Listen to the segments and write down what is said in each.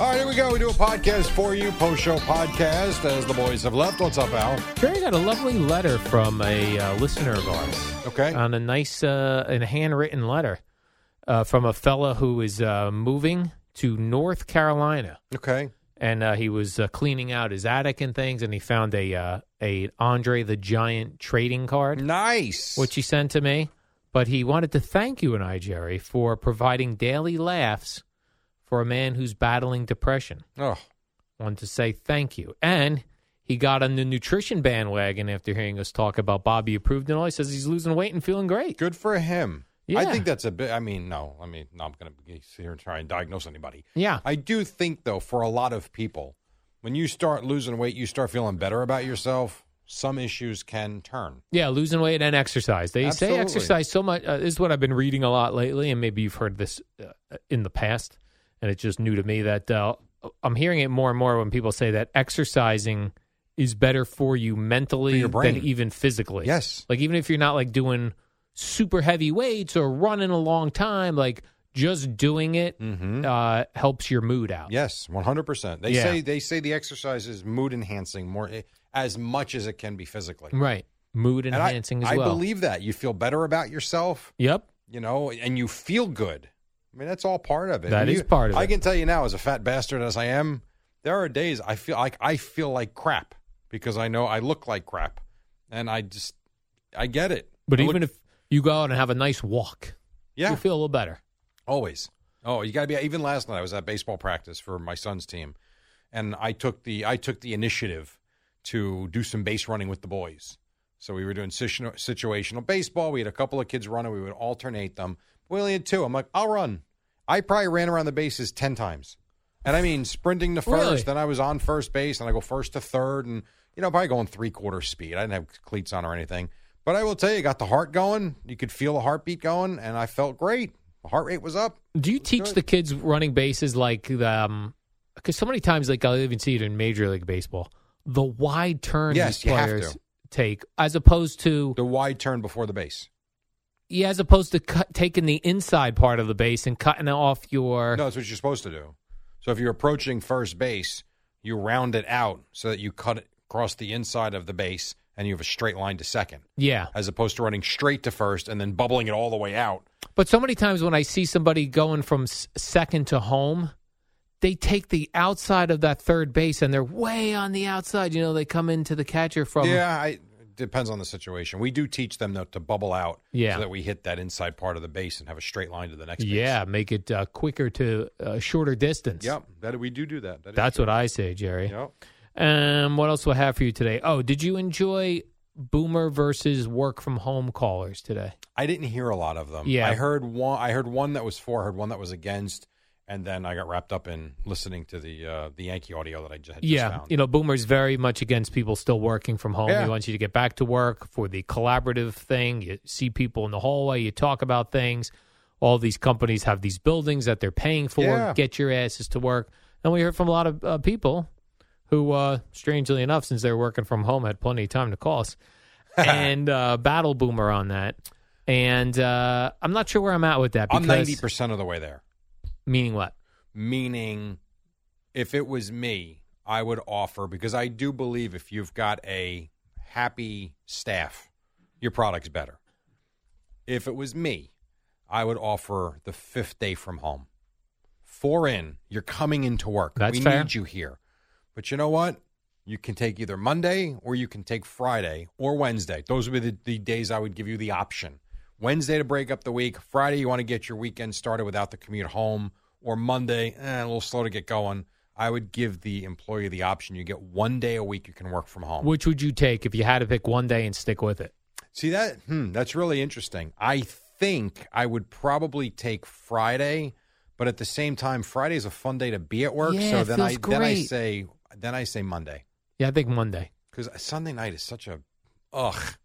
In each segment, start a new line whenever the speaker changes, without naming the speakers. All right, here we go. We do a podcast for you, post show podcast, as the boys have left. What's up, Al?
Jerry got a lovely letter from a uh, listener of ours
Okay.
on a nice uh, and handwritten letter uh, from a fella who is uh, moving to North Carolina,
okay.
and uh, he was uh, cleaning out his attic and things, and he found a uh, a Andre the Giant trading card,
Nice.
which he sent to me. But he wanted to thank you and I, Jerry, for providing daily laughs for a man who's battling depression.
oh,
wanted to say thank you. And he got on the nutrition bandwagon after hearing us talk about Bobby approved and all. He says he's losing weight and feeling great.
good for him. I
Yeah.
think that's a bit. I mean, no. I mean, no, I'm going to sit here and try and diagnose anybody.
Yeah.
I do think, though, for a lot of people, when you start losing weight, you start feeling better about yourself. Some issues can turn.
Yeah, losing weight and exercise. They
Absolutely.
say exercise so much. Uh, this is what I've been reading a lot lately, and maybe you've heard this uh, in the past, and it's just new to me that uh, I'm hearing it more and more when people say that exercising is better for you mentally
your
than
brain.
even physically.
Yes.
Like even if you're not like doing super heavy weights or running a long time, like just doing it
Mm-hmm.
uh, helps your mood out.
Yes, one hundred percent. They
Yeah.
say they say the exercise is mood enhancing more eh, as much as it can be physically.
Right. Mood
And I-
enhancing
I,
as well.
believe that you feel better about yourself,
Yep.
you know, and you feel good. I mean, that's all part of it.
That
That is
is part of
I
it.
can tell you now, as a fat bastard as I am, there are days I feel like I feel like crap because I know I look like crap, and I just I get it.
But
I
even
look-
if you go out and have a nice walk,
yeah,
you'll feel a little better.
Always. Oh, you got to be. Even last night, I was at baseball practice for my son's team, and I took the I took the initiative to do some base running with the boys. So we were doing situ- situational baseball. We had a couple of kids running. We would alternate them. We only had two. I'm like, I'll run. I probably ran around the bases ten times, and I mean sprinting to first.
Really?
Then I was on first base, and I go first to third, and you know probably going three quarter speed. I didn't have cleats on or anything, but I will tell you, it got the heart going. You could feel the heartbeat going, and I felt great. My heart rate was up.
Do you teach
good.
the kids running bases like the? Um, because so many times, like I'll even see it in Major League Baseball, the wide turn
Yes,
these
you have
players
to.
take, as opposed to
The wide turn before the base.
yeah, as opposed to cut, taking the inside part of the base and cutting off your.
No, that's what you're supposed to do. So if you're approaching first base, you round it out so that you cut it across the inside of the base and you have a straight line to second,
Yeah,
as opposed to running straight to first and then bubbling it all the way out.
But so many times when I see somebody going from s- second to home, they take the outside of that third base and they're way on the outside. You know, they come into the catcher from.
yeah, I, depends on the situation. We do teach them though to bubble out
Yeah.
so that we hit that inside part of the base and have a straight line to the next base.
Yeah, make it uh, quicker to uh, shorter distance.
Yep. That we do do that. that is
That's
true.
what I say, Jerry.
Yep.
Um, what else will I have for you today? Oh, did you enjoy Boomer versus work from home callers today?
I didn't hear a lot of them.
Yeah.
I heard one. I heard one that was for. I heard one that was against, and then I got wrapped up in listening to the uh, the Yankee audio that I just, had just
yeah,
found.
you know, Boomer's very much against people still working from home.
Yeah.
He wants you to get back to work for the collaborative thing. You see people in the hallway, you talk about things. All these companies have these buildings that they're paying for.
Yeah.
Get your asses to work. And we heard from a lot of uh, people who, uh, strangely enough, since they're working from home, had plenty of time to call us. and uh, Battle Boomer on that. And uh, I'm not sure where I'm at with that.
I'm
Because,
ninety percent of the way there.
Meaning what?
Meaning, if it was me, I would offer because I do believe if you've got a happy staff your product's better. If it was me, I would offer the fifth day from home. Four in, you're coming into work.
That's
we
fair.
need you here. But you know what? You can take either Monday or you can take Friday or Wednesday. Those would be the, the days I would give you the option. Wednesday to break up the week. Friday, you want to get your weekend started without the commute home. Or Monday, eh, a little slow to get going. I would give the employee the option. You get one day a week you can work from home.
Which would you take if you had to pick one day and stick with it?
See that? Hmm, that's really interesting. I think I would probably take Friday, but at the same time, Friday's a fun day to be at work.
Yeah,
so
it
then I
feels
then I
great.
say then I say Monday
Yeah, I think Monday.
because Sunday night is such a ugh,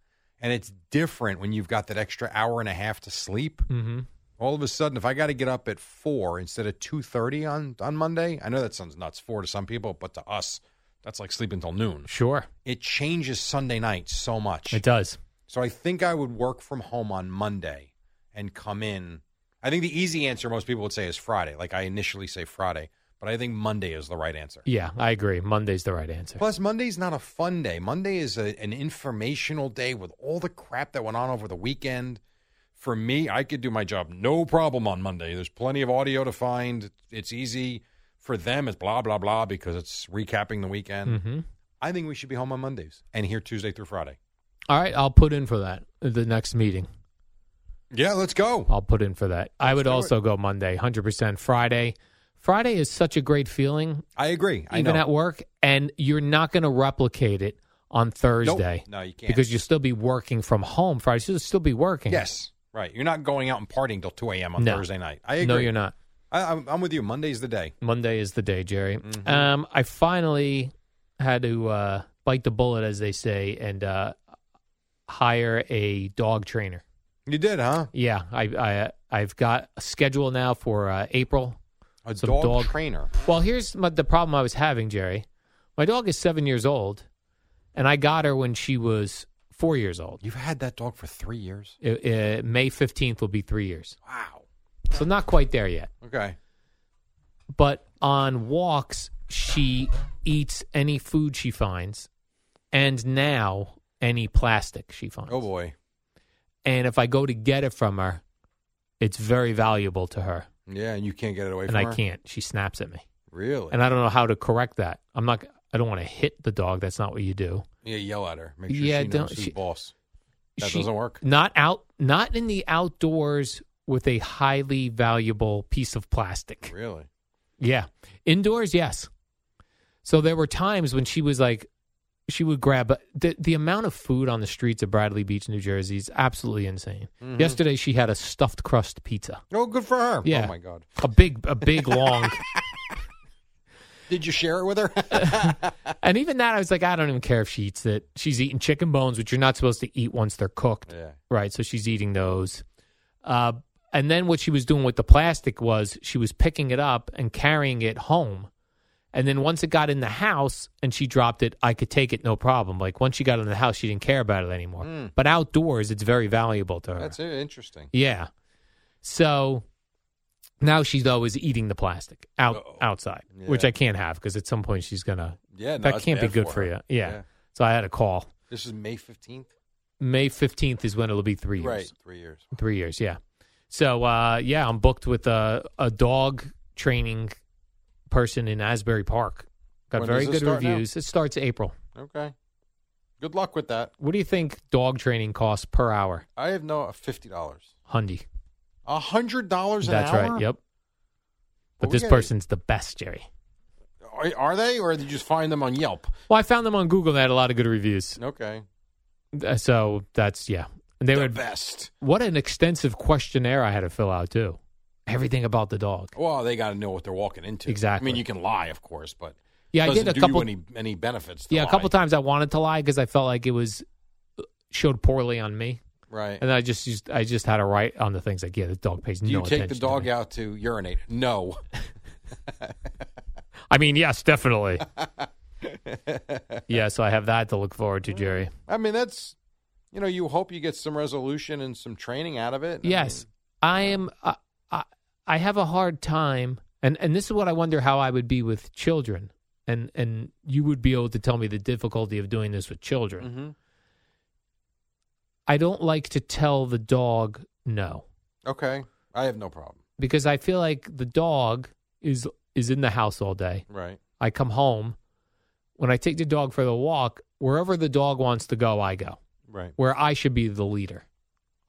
and it's different when you've got that extra hour and a half to sleep.
Mm-hmm.
All of a sudden, if I got to get up at four instead of two thirty on on Monday, I know that sounds nuts four to some people, but to us, that's like sleeping till noon.
Sure,
It changes Sunday night so much.
it does.
So I think I would work from home on Monday and come in. I think the easy answer most people would say is Friday. Like I initially say Friday, but I think Monday is the right answer.
Yeah, I agree. Monday's the right answer.
Plus, Monday's not a fun day. Monday is a, an informational day with all the crap that went on over the weekend. For me, I could do my job no problem on Monday. There's plenty of audio to find. It's easy. For them, it's blah, blah, blah because it's recapping the weekend.
Mm-hmm.
I think we should be home on Mondays and here Tuesday through Friday.
All right, I'll put in for that at the next meeting.
Yeah, let's go.
I'll put in for that. I would
do it.
also go Monday, 100%. Friday. Friday is such a great feeling,
I agree. I
even
know.
at work, and you're not going to replicate it on Thursday
Nope. No, you can't.
because you'll still be working from home Friday. So You'll still be working.
yes, right. You're not going out and partying till two a.m. on
No.
Thursday night. I agree.
No, you're not.
I, I'm, I'm with you. Monday's the day.
Monday is the day, Jerry.
Mm-hmm.
Um, I finally had to uh, bite the bullet, as they say, and uh, hire a dog trainer.
You did, huh?
Yeah, I, I I've got a schedule now for uh, April.
A
Some
dog,
dog-
trainer.
Well, here's my, the problem I was having, Jerry. My dog is seven years old, and I got her when she was four years old.
You've had that dog for three years.
I- I- May fifteenth will be three years,
Wow.
so not quite there yet.
Okay.
but on walks she eats any food she finds and now any plastic she finds
Oh boy.
and if i go to get it from her it's very valuable to her
Yeah, and you can't get it away
and
from
i
her?
can't she snaps at me
Really?
and i don't know how to correct that i'm not i don't want to hit the dog that's not what you do
yeah, yell at her. Make sure
Yeah,
she knows
don't-
who's
she-
boss. That
She-
doesn't work.
not out not in the outdoors with a highly valuable piece of plastic
Really?
Yeah. Indoors, yes. So there were times when she was like, she would grab the, the amount of food on the streets of Bradley Beach, New Jersey is absolutely insane.
Mm-hmm.
Yesterday, she had a stuffed crust pizza,
Oh, good for her.
Yeah.
Oh my God.
a big, a big long.
Did you share it with her?
And even that, I was like, I don't even care if she eats it. She's eating chicken bones, which you're not supposed to eat once they're cooked.
yeah.
Right. So she's eating those. Uh, and then what she was doing with the plastic was she was picking it up and carrying it home. And then once it got in the house and she dropped it, I could take it no problem. Like once she got in the house, she didn't care about it anymore. But outdoors, it's very valuable to her.
Hmm. That's it. interesting.
Yeah. So now she's always eating the plastic out
Uh-oh.
outside, which I can't have because at some point she's gonna.
Yeah, no,
that
that's
can't be
bad
good
for
for,
her.
you. Yeah.
Yeah.
So I had a call.
This is May 15th?
May fifteenth is when it'll be three years.
Right. Three years.
Three years, yeah. So uh, yeah, I'm booked with a, a dog training person in Asbury Park. Got
When
very
does it
good
start now?
reviews. It starts April.
Okay. Good luck with that.
What do you think dog training costs per hour,
I have no $50.
Hundy?
A hundred dollars an
That's
hour.
right. Yep. But
Well, we
this
gotta-
person's the best, Jerry.
Are, are they, or did you just find them on Yelp?
Well, I found them on Google. They had a lot of good reviews.
Okay.
Uh, So that's yeah. And they
the
would.
best.
What an extensive questionnaire I had to fill out too. Everything about the dog.
Well, they got to know what they're walking into. I
Exactly.
mean, you can lie, of course, but
Yeah, I
doesn't
did a
do
couple.
you any any benefits. to
yeah, a
lie.
couple times I wanted to lie because I felt like it was uh, showed poorly on me.
Right.
And I just used, I just had a right on the things like, yeah, the dog pays
do you
no
take
attention
the
to
dog
me.
out to urinate? No.
I mean, yes, definitely. yeah, so I have that to look forward to, Jerry.
I mean, that's you know, you hope you get some resolution and some training out of it. I
Yes, I am. I, I, I have a hard time, and and this is what I wonder how I would be with children, and and
Mm-hmm.
you would be able to tell me the difficulty of doing this with children.
mean, mhm.
I don't like to tell the dog no
Okay. I have no problem.
because I feel like the dog is is in the house all day.
Right.
I come home. When I take the dog for the walk, wherever the dog wants to go, I go.
Right.
Where I should be the leader.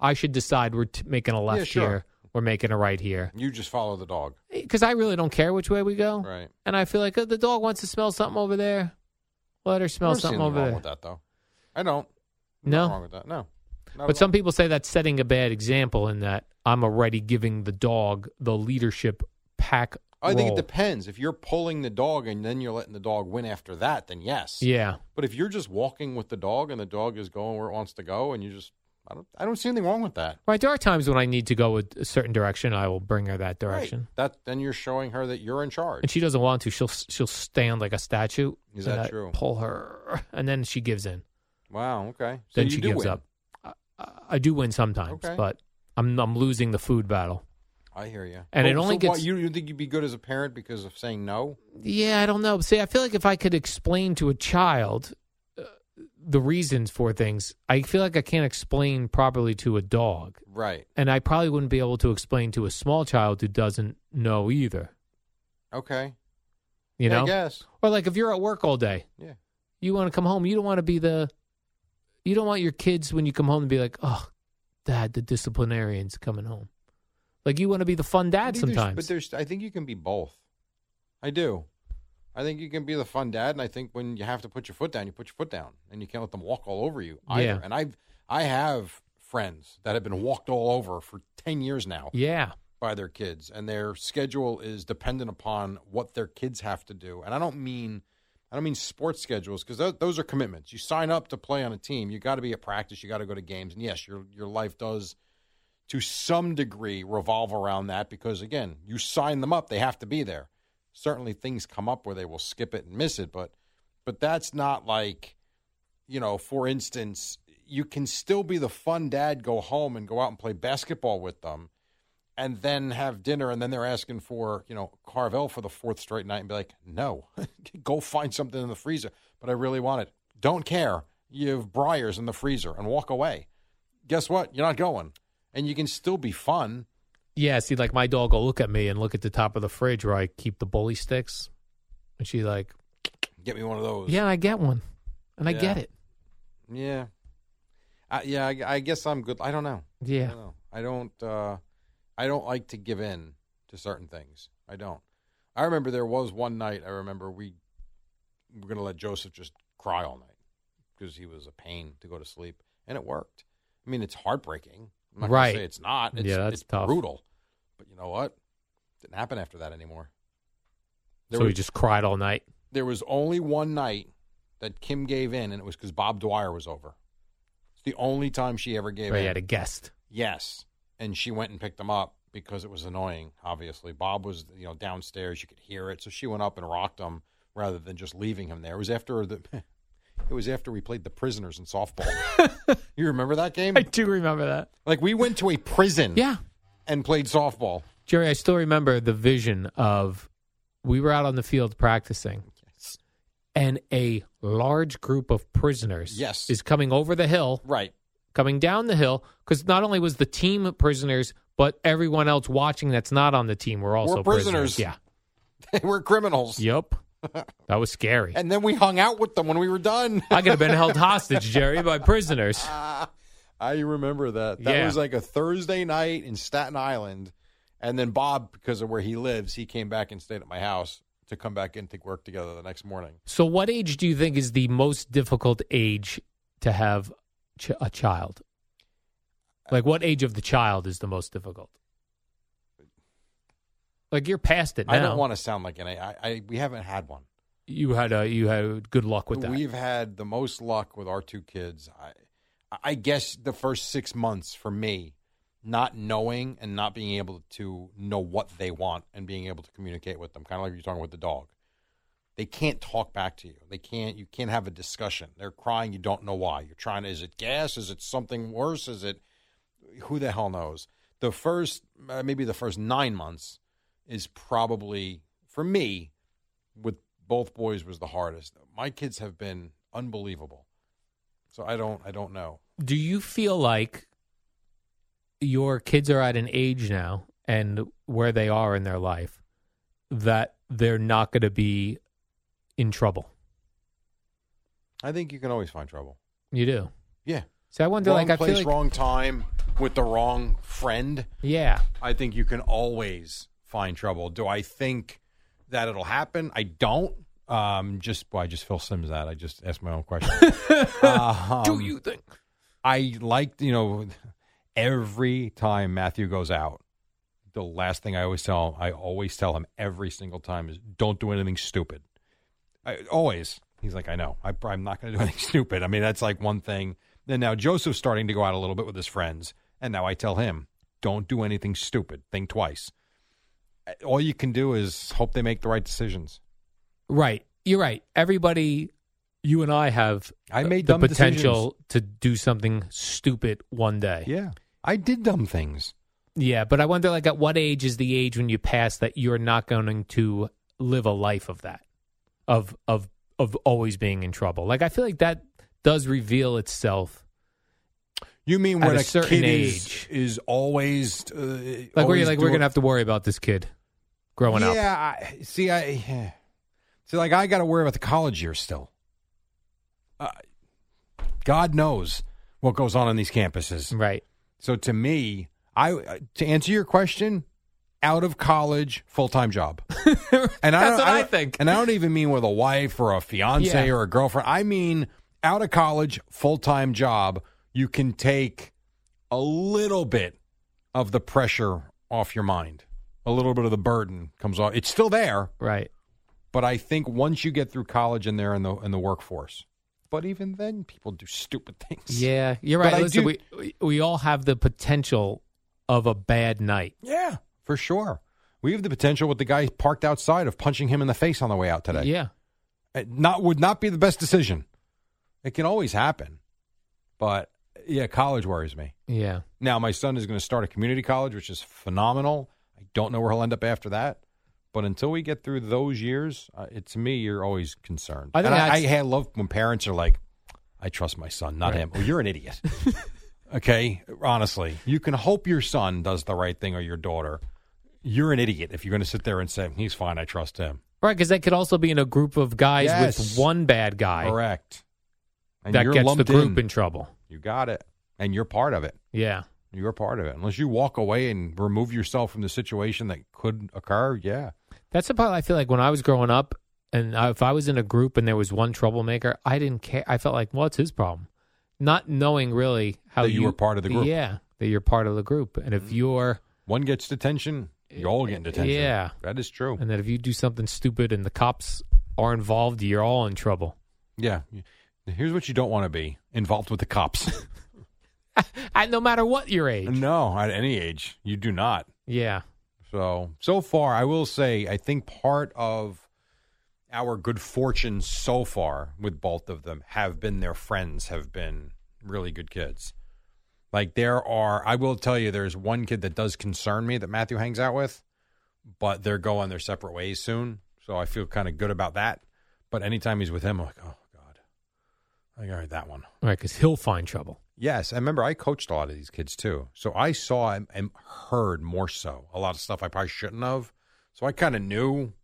I should decide we're t- making a left
sure.
here, we're making a right here.
You just follow the dog.
Because I really don't care which way we go.
Right.
And I feel like oh, the dog wants to smell something over there. Let her
I
smell
don't see
something
anything
over
wrong
there.
with that though. I don't. Nothing wrong
No.
with that. No. Not
But
at
some people say that's setting a bad example in that I'm already giving the dog the leadership pack.
all. I think
role.
it depends. If you're pulling the dog and then you're letting the dog win after that, then yes.
Yeah.
But if you're just walking with the dog and the dog is going where it wants to go, and you just, I don't, I don't see anything wrong with that.
Right. There are times when I need to go with a certain direction. I will bring her that direction.
Right. That then you're showing her that you're in
And
charge.
she doesn't want to. She'll she'll stand like a statue.
Is
and
that
I
true?
Pull her, and then she gives in.
Wow. Okay. So
Then
you
she
do
gives
win.
up. I, I- I do win sometimes,
Okay.
but I'm I'm losing the food battle.
I hear you.
And it
so
only
what,
gets-
you. You think you'd be good as a parent because of saying no?
Yeah, I don't know. See, I feel like if I could explain to a child uh, the reasons for things, I feel like I can't explain properly to a dog,
Right.
and I probably wouldn't be able to explain to a small child who doesn't know either.
Okay.
You
Yeah,
know,
I guess.
or like if you're at work all day,
Yeah.
you want to come home. You don't want to be the. You don't want your kids when you come home to be like, oh, dad, the disciplinarian's coming home. Like you want to be the fun
I
dad
think there's-
sometimes.
But there's, I think you can be both. I do. I think you can be the fun dad, and I think when you have to put your foot down, you put your foot down, and you can't let them walk all over you either.
Yeah.
And I've, I have friends that have been walked all over for ten years now
yeah,
by their kids, and their schedule is dependent upon what their kids have to do. And I don't mean, I don't mean sports schedules because th- those are commitments. You sign up to play on a team. You got to be at practice. You got to go to games. And yes, your your life does to some degree revolve around that because again, you sign them up. They have to be there. Certainly, things come up where they will skip it and miss it, but but that's not like you know, for instance, you can still be the fun dad, go home and go out and play basketball with them, and then have dinner, and then they're asking for, you know, Carvel for the fourth straight night and be like, no, go find something in the freezer, but I really want it. Don't care. You have briars in the freezer and walk away. Guess what? You're not going. And you can still be fun.
yeah. See, like my dog will look at me and look at the top of the fridge where I keep the bully sticks, and she like,
Get me one of those.
yeah, I get one, and I
Yeah.
get it.
Yeah. I, yeah, I, I guess I'm good. I don't know.
Yeah,
I don't. know. I don't. Uh, I don't like to give in to certain things. I don't. I remember there was one night. I remember we were going to let Joseph just cry all night because he was a pain to go to sleep, and it worked. I mean, it's heartbreaking. I'm not gonna
Right.
say it's not. It's,
Yeah, that's
it's
tough.
brutal. But you know what? Didn't happen after that anymore. There
so
was
he just cried all night.
there was only one night that Kim gave in, and it was because Bob Dwyer was over. It's the only time she ever gave
Or
in.
he had a guest.
Yes. And she went and picked him up because it was annoying, obviously. Bob was, you know, downstairs, you could hear it. So she went up and rocked him rather than just leaving him there. It was after the it was after we played the prisoners in softball. you remember that game?
I do remember that.
Like we went to a prison
Yeah.
and played softball.
Jerry, I still remember the vision of we were out on the field practicing,
Yes.
and a large group of prisoners
Yes.
is coming over the hill,
Right.
coming down the hill, because not only was the team prisoners, but everyone else watching that's not on the team were also
prisoners.
Yeah.
They were criminals.
Yep. That was scary.
And then we hung out with them when we were done.
I could have been held hostage, Jerry, by prisoners.
I remember that. That
Yeah.
was like a Thursday night in Staten Island. And then Bob, because of where he lives, he came back and stayed at my house to come back and to work together the next morning.
So, what age do you think is the most difficult age to have ch- a child? Like, what age of the child is the most difficult? Like, you're past it now.
I don't want to sound like an I, I we haven't had one.
You had uh, you had good luck with that.
We've had the most luck with our two kids. I I guess the first six months for me, not knowing and not being able to know what they want and being able to communicate with them, kind of like you're talking with the dog. They can't talk back to you. They can't. You can't have a discussion. They're crying. You don't know why. You're trying to. Is it gas? Is it something worse? Is it who the hell knows? The first uh, maybe the first nine months is probably for me with both boys was the hardest. My kids have been unbelievable. So I don't I don't know.
do you feel like your kids are at an age now and where they are in their life that they're not going to be in trouble?
I think you can always find trouble.
You do.
Yeah.
So I wonder,
wrong
like, I
place,
feel like,
wrong time, with the wrong friend.
yeah,
I think you can always find trouble. Do I think that it'll happen? I don't. Um, just well, I just Phil Sims that. I just asked my own question. Uh, um,
think?
I liked, you know, every time Matthew goes out, the last thing I always tell him, I always tell him every single time is don't do anything stupid. I, always. He's like, I know. I, I'm not going to do anything stupid. I mean, that's like one thing. Then now Joseph's starting to go out a little bit with his friends. And now I tell him, don't do anything stupid. Think twice. Uh, All you can do is hope they make the right decisions.
Right. You're right. Everybody, you and I have
I
the-
made
Uh, the
dumb
potential to do something stupid one day.
Yeah. I did dumb things.
Yeah, but I wonder, like, at what age is the age when you pass that you're not going to live a life of that, of of of always being in trouble? Like, I feel like that does reveal itself.
You mean
At
when
a
a,
certain
kid is,
age.
is always
Like,
uh,
where
always
you're like, we're
doing-
going to have to worry about this kid growing
yeah,
up.
I, see, I yeah. see, like I got to worry about the college years still. Uh, God knows what goes on on these campuses.
Right.
So to me, I uh, to answer your question, out of college, full time job. And I
That's
don't-
what I
don't-
think.
And I don't even mean with a wife or a fiance
Yeah.
or a girlfriend. I mean out of college, full time job. You can take a little bit of the pressure off your mind. A little bit of the burden comes off. It's still there,
Right.
but I think once you get through college and they're in the in the workforce. But even then, people do stupid things.
Yeah, you're
But
right.
I
Listen,
do-
we we we all have the potential of a bad night.
yeah, for sure. We have the potential with the guy parked outside of punching him in the face on the way out today.
Yeah.
it not would not be the best decision. It can always happen, but yeah, college worries me.
Yeah.
Now my son is going to start a community college, which is phenomenal. I don't know where he'll end up after that, but until we get through those years, uh, it, to me, you're always concerned.
I think
And I,
that's-
I, I love when parents are like, "I trust my son, not
Right.
him." Well, you're an idiot. okay, honestly, you can hope your son does the right thing or your daughter. You're an idiot if you're going to sit there and say he's fine. I trust him.
Right, because that could also be in a group of guys with
Yes.
one bad guy
Correct. And
that
you're
gets the
lumped
group in.
in.
trouble.
You got it. And you're part of it.
Yeah.
You're part of it. Unless you walk away and remove yourself from the situation that could occur, yeah.
That's the part I feel like when I was growing up, and I, if I was in a group and there was one troublemaker, I didn't care. I felt like, well, it's his problem. Not knowing really how
That you were part of the group. Mm-hmm.
Yeah, that you're part of the group. And if you're,
One gets detention, you all get detention.
Yeah.
That is true.
and that if you do something stupid and the cops are involved, you're all in trouble.
Yeah. Here's what you don't want to be involved with the cops.
And no matter what your age.
no, at any age, you do not.
Yeah.
So, so far, I will say, I think part of our good fortune so far with both of them have been their friends have been really good kids. Like, there are, I will tell you, there's one kid that does concern me that Matthew hangs out with, but they're going their separate ways soon. So I feel kind of good about that. But anytime he's with him, I'm like, oh, God. Like, all right, that one.
Right, because he'll find trouble.
Yes, I remember I coached a lot of these kids too. So I saw and, and heard more so a lot of stuff I probably shouldn't have. So I kind of knew.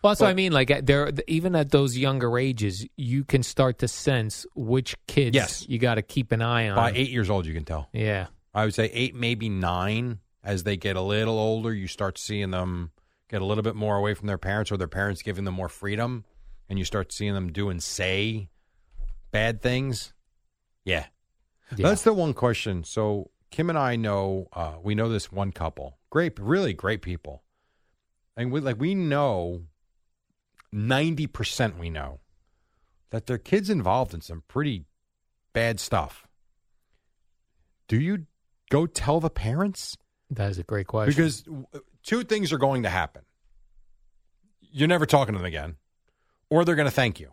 Well, that's what I
But-
mean. Like at- there, even at those younger ages, you can start to sense which kids
Yes.
you got to keep an eye on.
By eight years old, you can tell.
Yeah,
I would say eight, maybe nine. As they get a little older, you start seeing them get a little bit more away from their parents or their parents giving them more freedom. And you start seeing them do and say bad things. Yeah.
yeah.
That's the one question. So Kim and I know uh, we know this one couple, great, really great people, and we like we know ninety percent we know that their kids involved in some pretty bad stuff. Do you go tell the parents?
that is a great question.
Because w- two things are going to happen. You're never talking to them again, or they're going to thank you.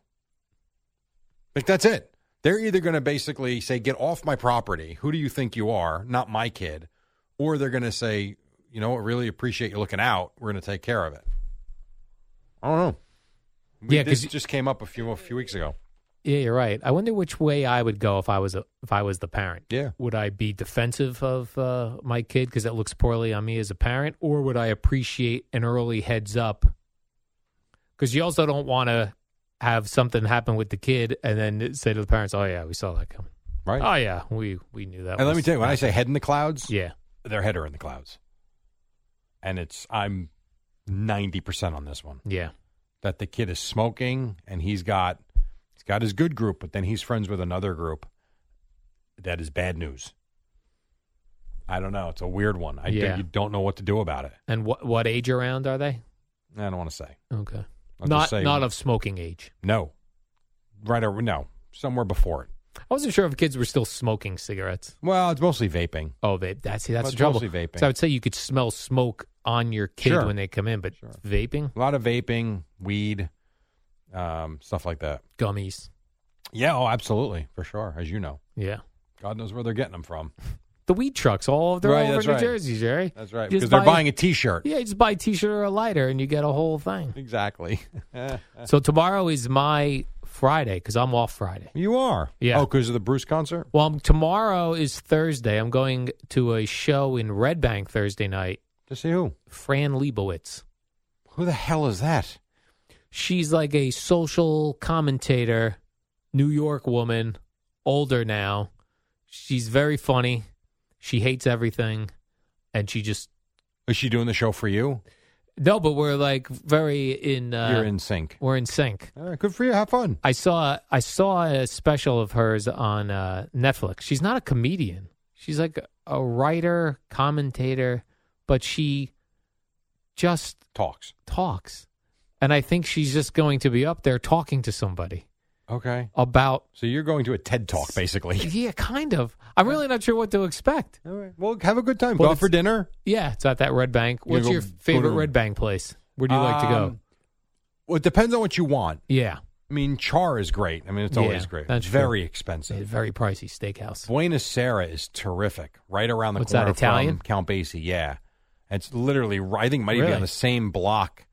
Like, that's it. They're either going to basically say, Get off my property. Who do you think you are? Not my kid. Or they're going to say, You know what? Really appreciate you looking out. We're going to take care of it. I don't know. We-
Yeah,
this
'cause-
just came up a few a few weeks ago.
Yeah, you're right. I wonder which way I would go if I was a, if I was the parent.
Yeah.
Would I be defensive of uh, my kid because it looks poorly on me as a parent, or would I appreciate an early heads up? Because you also don't want to have something happen with the kid and then say to the parents, "Oh yeah, we saw that coming.
right?
Oh yeah, we we knew that."
and let me
was-
tell you, when I say head in the clouds,
yeah,
their head are in the clouds, and it's I'm ninety percent on this one
yeah,
that the kid is smoking and he's got he's got his good group, but then he's friends with another group that is bad news. I don't know. It's a weird one. I
Yeah.
do, you don't know what to do about it.
and what what age around are they?
I don't want to say.
Okay,
I'll just
not
say-
not of smoking age.
No. Right over no. Somewhere before it.
I wasn't sure if kids were still smoking cigarettes.
Well, it's mostly vaping.
Oh, vape. That's see, that's
But
the trouble.
mostly vaping.
So I would say you could smell smoke on your kid
Sure.
when they come in, but
Sure.
vaping,
A lot of vaping, weed, um, stuff like that.
gummies.
Yeah, oh, absolutely, for sure, as you know.
Yeah.
God knows where they're getting them from.
The weed trucks, all they're
Right,
all over
that's
New
right.
Jersey, Jerry.
That's right.
Just
Because they're
buy-
buying a T-shirt.
Yeah, you just buy a T-shirt or a lighter, and you get a whole thing.
Exactly.
so tomorrow is my Friday because I'm off Friday.
you are.
Yeah.
Oh, because of the Bruce concert.
Well, um, tomorrow is Thursday. I'm going to a show in Red Bank Thursday night.
To see who?
Fran Lebowitz.
Who the hell is that?
she's like a social commentator, New York woman, older now. She's very funny. She hates everything, and she just
Is she doing the show for you?
no. But we're like very in. Uh,
You're in sync.
We're in sync.
All right, good for you. Have fun.
I saw I saw a special of hers on uh, Netflix. She's not a comedian. She's like a writer, commentator, but she just
Talks.
talks. And I think she's just going to be up there talking to somebody
Okay.
about
So you're going to a TED talk, basically.
Yeah, kind of. I'm really not sure what to expect.
All right. Well, have a good time.
Well,
Go out
it's-
for dinner.
Yeah, it's at that Red Bank.
You
What's
go-
your
go
favorite
to-
Red Bank place? Where do you like to go?
Um, Well, it depends on what you want.
Yeah,
I mean, char is great. I mean, it's
Yeah,
always great.
that's
It's
true.
very
it's a
expensive.
very pricey steakhouse.
Buenos Aires is terrific. Right around the
What's that,
corner
Italian?
from Count Basie. Yeah, it's literally. ri- I think it might even be
Really?
on the same block.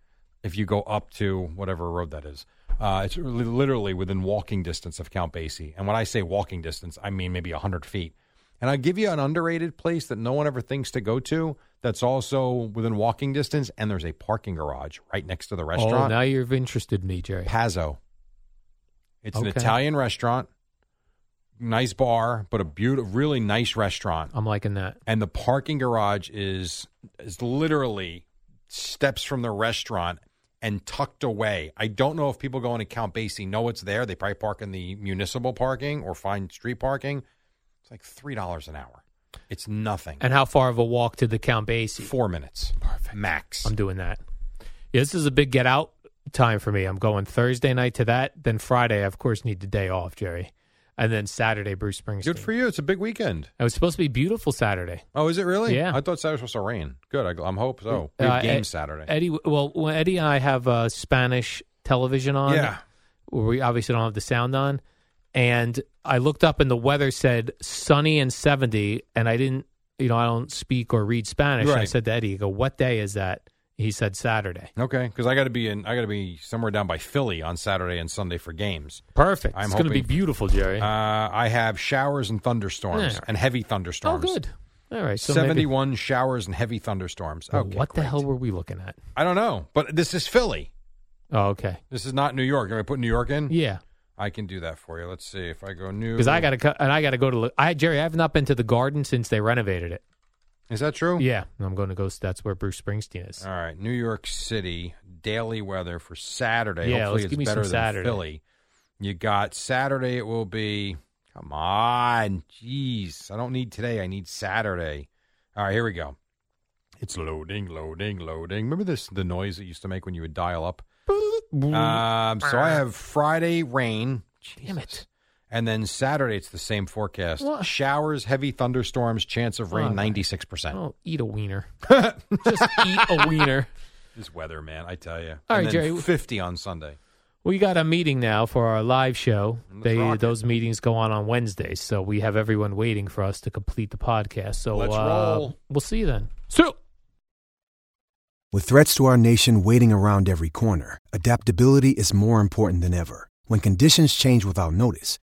If you go up to whatever road that is, uh, it's li- literally within walking distance of Count Basie. And when I say walking distance, I mean maybe hundred feet. And I'll give you an underrated place that no one ever thinks to go to. That's also within walking distance, and there's a parking garage right next to the restaurant.
Oh, now you've interested me, Jerry.
Pazzo. It's an
Okay.
Italian restaurant, nice bar, but a beautiful, really nice restaurant.
I'm liking that.
And the parking garage is is literally steps from the restaurant and tucked away. I don't know if people going to Count Basie know it's there. They probably park in the municipal parking or find street parking. It's like three dollars an hour. It's nothing.
And how far of a walk to the Count Basie?
Four minutes, perfect max.
I'm doing that. Yeah, this is a big get out time for me. I'm going Thursday night to that, then Friday. I, of course, need the day off, Jerry, and then Saturday, Bruce Springsteen.
Good for you. It's a big weekend.
It was supposed to be beautiful Saturday.
Oh, is it really?
Yeah.
I thought Saturday was supposed to rain. Good. I, I'm hope so. We have
Uh,
game
Ed-
Saturday.
Eddie, well, when Eddie and I have uh, Spanish television on,
Yeah.
where we obviously don't have the sound on. And I looked up and the weather said sunny and 70. And I didn't, you know, I don't speak or read Spanish. I
Right.
said to Eddie, I go, what day is that? He said Saturday.
Okay, because I got to be in. I got to be somewhere down by Philly on Saturday and Sunday for games.
Perfect.
I'm
it's going to be
hoping-
beautiful, Jerry. Oh,
Uh, I have showers and thunderstorms
Yeah.
and heavy
oh,
thunderstorms.
good. All right. So maybe,
Seventy-one showers and heavy thunderstorms.
Oh,
Okay,
what the
great.
hell were we looking at?
I don't know, but this is Philly.
Oh, okay.
This is not New York. If I put New York in,
Yeah.
I can do that for you. Let's see if I go New.
Because I got to, and I got to go to, I, Jerry, I have not been to the garden since they renovated it.
Is that true?
Yeah. and I'm going to go, that's where Bruce Springsteen is.
Oh. All right, New York City daily weather for Saturday.
Yeah,
Hopefully
let's
it's
give me some
better
Saturday.
than Philly. You got Saturday. It will be. Come on, jeez. I don't need today. I need Saturday. All right, here we go. It's loading, loading, loading. Remember this the noise it used to make when you would dial up. Um, so I have Friday rain.
Damn it.
And then Saturday, it's the same forecast.
What?
Showers, heavy thunderstorms, chance of
All
rain,
right.
ninety-six percent.
Oh, eat a wiener. Just eat a wiener.
This weather, man, I tell you.
All
and
right,
then
Jerry.
50 on Sunday.
We got a meeting now for our live show.
Let's
They
rock it.
those meetings go on on Wednesdays, so we have everyone waiting for us to complete the podcast. So
Let's
uh,
roll.
We'll see you then. So
With threats to our nation waiting around every corner, adaptability is more important than ever. When conditions change without notice,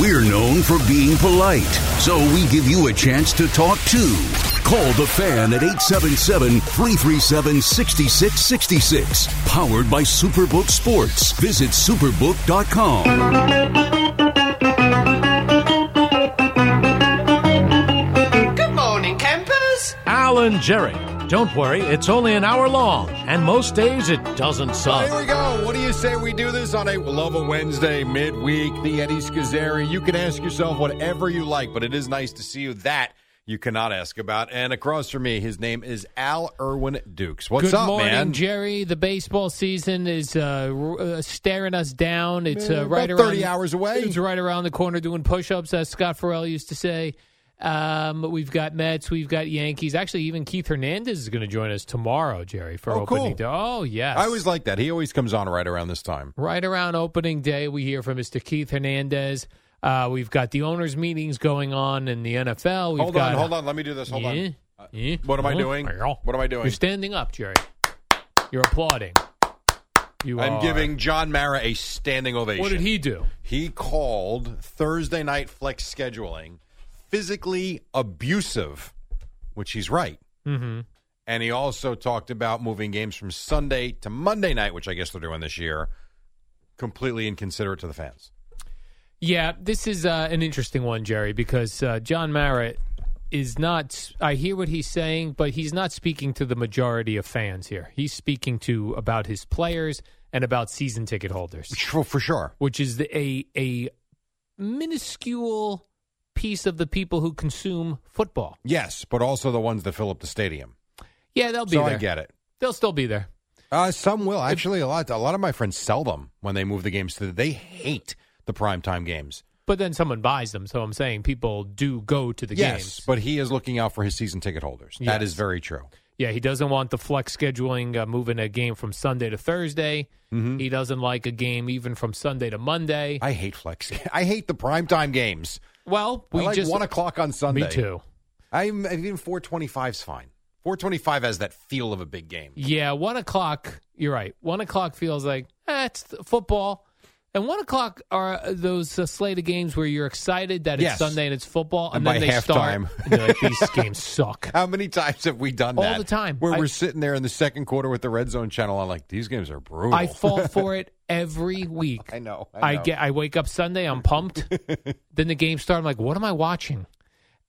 We're known for being polite, so we give you a chance to talk too. Call the fan at 877 337 6666. Powered by Superbook Sports. Visit superbook.com.
Good morning, campers.
Alan Jerry. Don't worry, it's only an hour long, and most days it doesn't suck.
Here we go. What do you say we do this on a Love a Wednesday midweek? The Eddie Scazzeri. You can ask yourself whatever you like, but it is nice to see you. That you cannot ask about. And across from me, his name is Al Irwin Dukes. What's
Good
up,
morning,
man?
Jerry. The baseball season is uh, r- uh, staring us down. It's uh,
About
right around
30 hours away.
It's right around the corner doing push-ups, as Scott Farrell used to say. Um, we've got Mets, we've got Yankees. Actually, even Keith Hernandez is going to join us tomorrow, Jerry, for
Oh,
opening
cool.
day. Oh, yes.
I always like that. He always comes on right around this time.
Right around opening day, we hear from Mr. Keith Hernandez. Uh, we've got the owners' meetings going on in the NFL. We've
hold
got,
on, hold on. Let me do this. Hold
Yeah,
on. Uh,
yeah.
What am I
Oh,
doing?
yeah.
What am I doing?
You're standing up, Jerry. You're applauding. You
I'm
are.
giving John Mara a standing ovation.
What did he do?
He called Thursday night flex scheduling physically abusive, which he's right.
Mm-hmm.
And he also talked about moving games from Sunday to Monday night, which I guess they're doing this year, completely inconsiderate to the fans.
Yeah, this is uh, an interesting one, Jerry, because uh, John Mara is not. I hear what he's saying, but he's not speaking to the majority of fans here. He's speaking to about his players and about season ticket holders.
For, for sure.
which is the, a a minuscule piece of the people who consume football.
Yes, but also the ones that fill up the stadium.
Yeah, they'll be
So
there.
I get it.
They'll still be there.
Uh, some will actually a lot. A lot of my friends sell them when they move the games to. They hate the primetime games.
But then someone buys them, so I'm saying people do go to the games.
but he is looking out for his season ticket holders. That
Yes.
is very true.
yeah, he doesn't want the flex scheduling uh, moving a game from Sunday to Thursday. He doesn't like a game even from Sunday to Monday.
Mm-hmm. I hate flex. I hate the primetime games.
well,
We
we
I like
just
one o'clock on Sunday.
Me too.
I'm I even four twenty five's fine. Four twenty five has that feel of a big game.
Yeah, one o'clock. You're right. One o'clock feels like eh, it's th- football, and one o'clock are uh, those uh, slate of games where you're excited that it's
Yes.
Sunday and it's football, and,
And
then
by
they
halftime-
start. And you're like, These games suck.
How many times have we done
All
that?
the time.
Where
I-
we're sitting there in the second quarter with the red zone channel on, like these games are brutal.
I fall for it every week.
I know.
I,
know.
get. I wake up Sunday. I'm pumped. then the game starts. I'm like, what am I watching?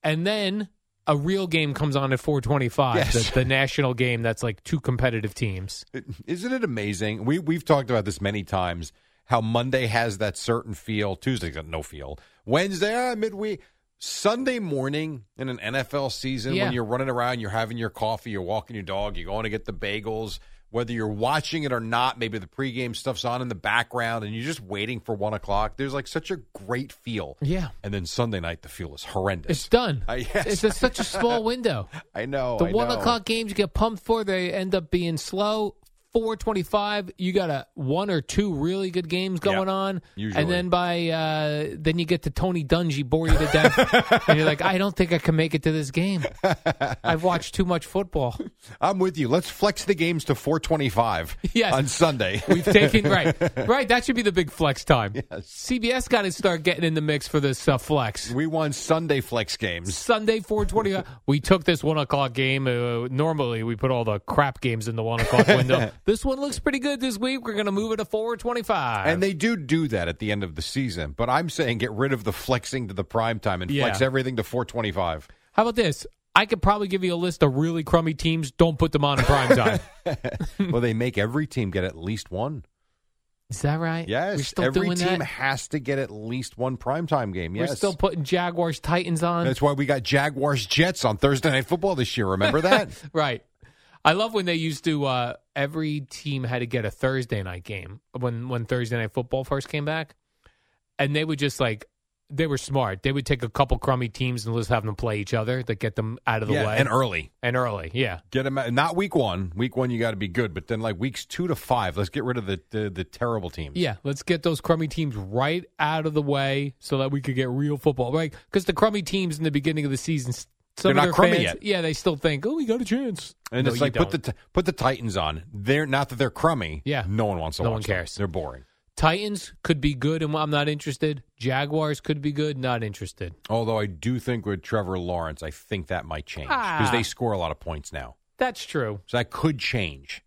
And then a real game comes on at 4:25.
Yes.
The, the national game that's like two competitive teams.
Isn't it amazing? We we've talked about this many times. How Monday has that certain feel. Tuesday's got no feel. Wednesday, ah, midweek. Sunday morning in an NFL season,
Yeah.
when you're running around, you're having your coffee, you're walking your dog, you're going to get the bagels. Whether you're watching it or not, maybe the pregame stuff's on in the background, and you're just waiting for one o'clock. There's like such a great feel,
Yeah.
and then Sunday night the feel is horrendous.
It's done.
I- Uh, yes.
It's just such a small window.
I know
The
I
one
know.
o'clock games you get pumped for, they end up being slow. 425, you got a one or two really good games going on.
usually.
And then by uh, then you get to Tony Dungy bore you to death. and you're like, I don't think I can make it to this game. I've watched too much football.
I'm with you. Let's flex the games to 425
Yes.
on Sunday.
We've taken right. Right, that should be the big flex time. CBS got to start getting in the mix for this uh, flex.
we won Sunday flex games.
Sunday, 420. we took this one o'clock game. Uh, normally, we put all the crap games in the one o'clock window. this one looks pretty good this week. We're going to move it to 425.
And they do do that at the end of the season, but I'm saying get rid of the flexing to the prime time and flex
Yeah.
everything to 425.
How about this? I could probably give you a list of really crummy teams. Don't put them on in prime time.
well, they make every team get at least one.
Is that right?
Yes,
We're still
every
doing
team
that.
has to get at least one primetime game. Yes,
We're still putting Jaguars Titans on.
That's why we got Jaguars Jets on Thursday Night Football this year. Remember that?
right. I love when they used to. Uh, every team had to get a Thursday night game when when Thursday night football first came back, and they would just like they were smart. They would take a couple crummy teams and just have them play each other to get them out of the
yeah,
way
and early.
and early. Yeah,
Get them not week one. Week one, you got to be good, but then like weeks two to five, let's get rid of the the, the terrible teams.
yeah. Let's get those crummy teams right out of the way so that we could get real football. Right, because the crummy teams in the beginning of the season. s- Some
They're
of
not
their
crummy
fans,
yet.
Yeah, they still think, oh, we got a chance.
and
No,
it's
you
like put the
don't.
t- put the Titans on. They're not that they're crummy.
Yeah.
no one wants to.
No
watch
one
them.
cares.
They're boring.
Titans could be good, and I'm not interested. Jaguars could be good, not interested.
Although I do think with Trevor Lawrence, I think that might change because
Ah.
they score a lot of points now,
That's true.
so that could change.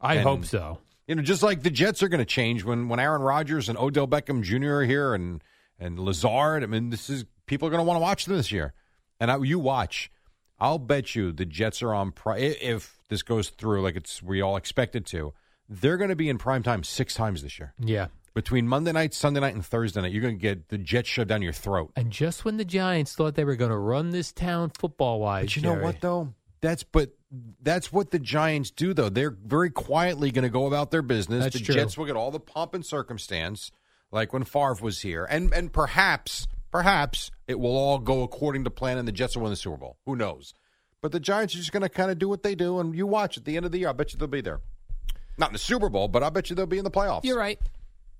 I
And-
hope so.
You know, just like the Jets are going to change when when Aaron Rodgers and Odell Beckham Jr. are here and and Lazard. I mean, this is people are going to want to watch them this year. And I, you watch, I'll bet you the Jets are on pri- i- if this goes through like it's we all expected to. They're going to be in prime time six times this year
Yeah.
between Monday night, Sunday night, and Thursday night. You're going to get the Jets shoved down your throat.
And just when the Giants thought they were going to run this town football wise,
But you know what though? That's but that's what the Giants do though. They're very quietly going to go about their business.
That's
the
true.
Jets will get all the pomp and circumstance, like when Favre was here, and and perhaps perhaps it will all go according to plan, and the Jets will win the Super Bowl. Who knows? But the Giants are just going to kind of do what they do, and you watch at the end of the year. I bet you they'll be there. Not in the Super Bowl, but I bet you they'll be in the playoffs.
You're right.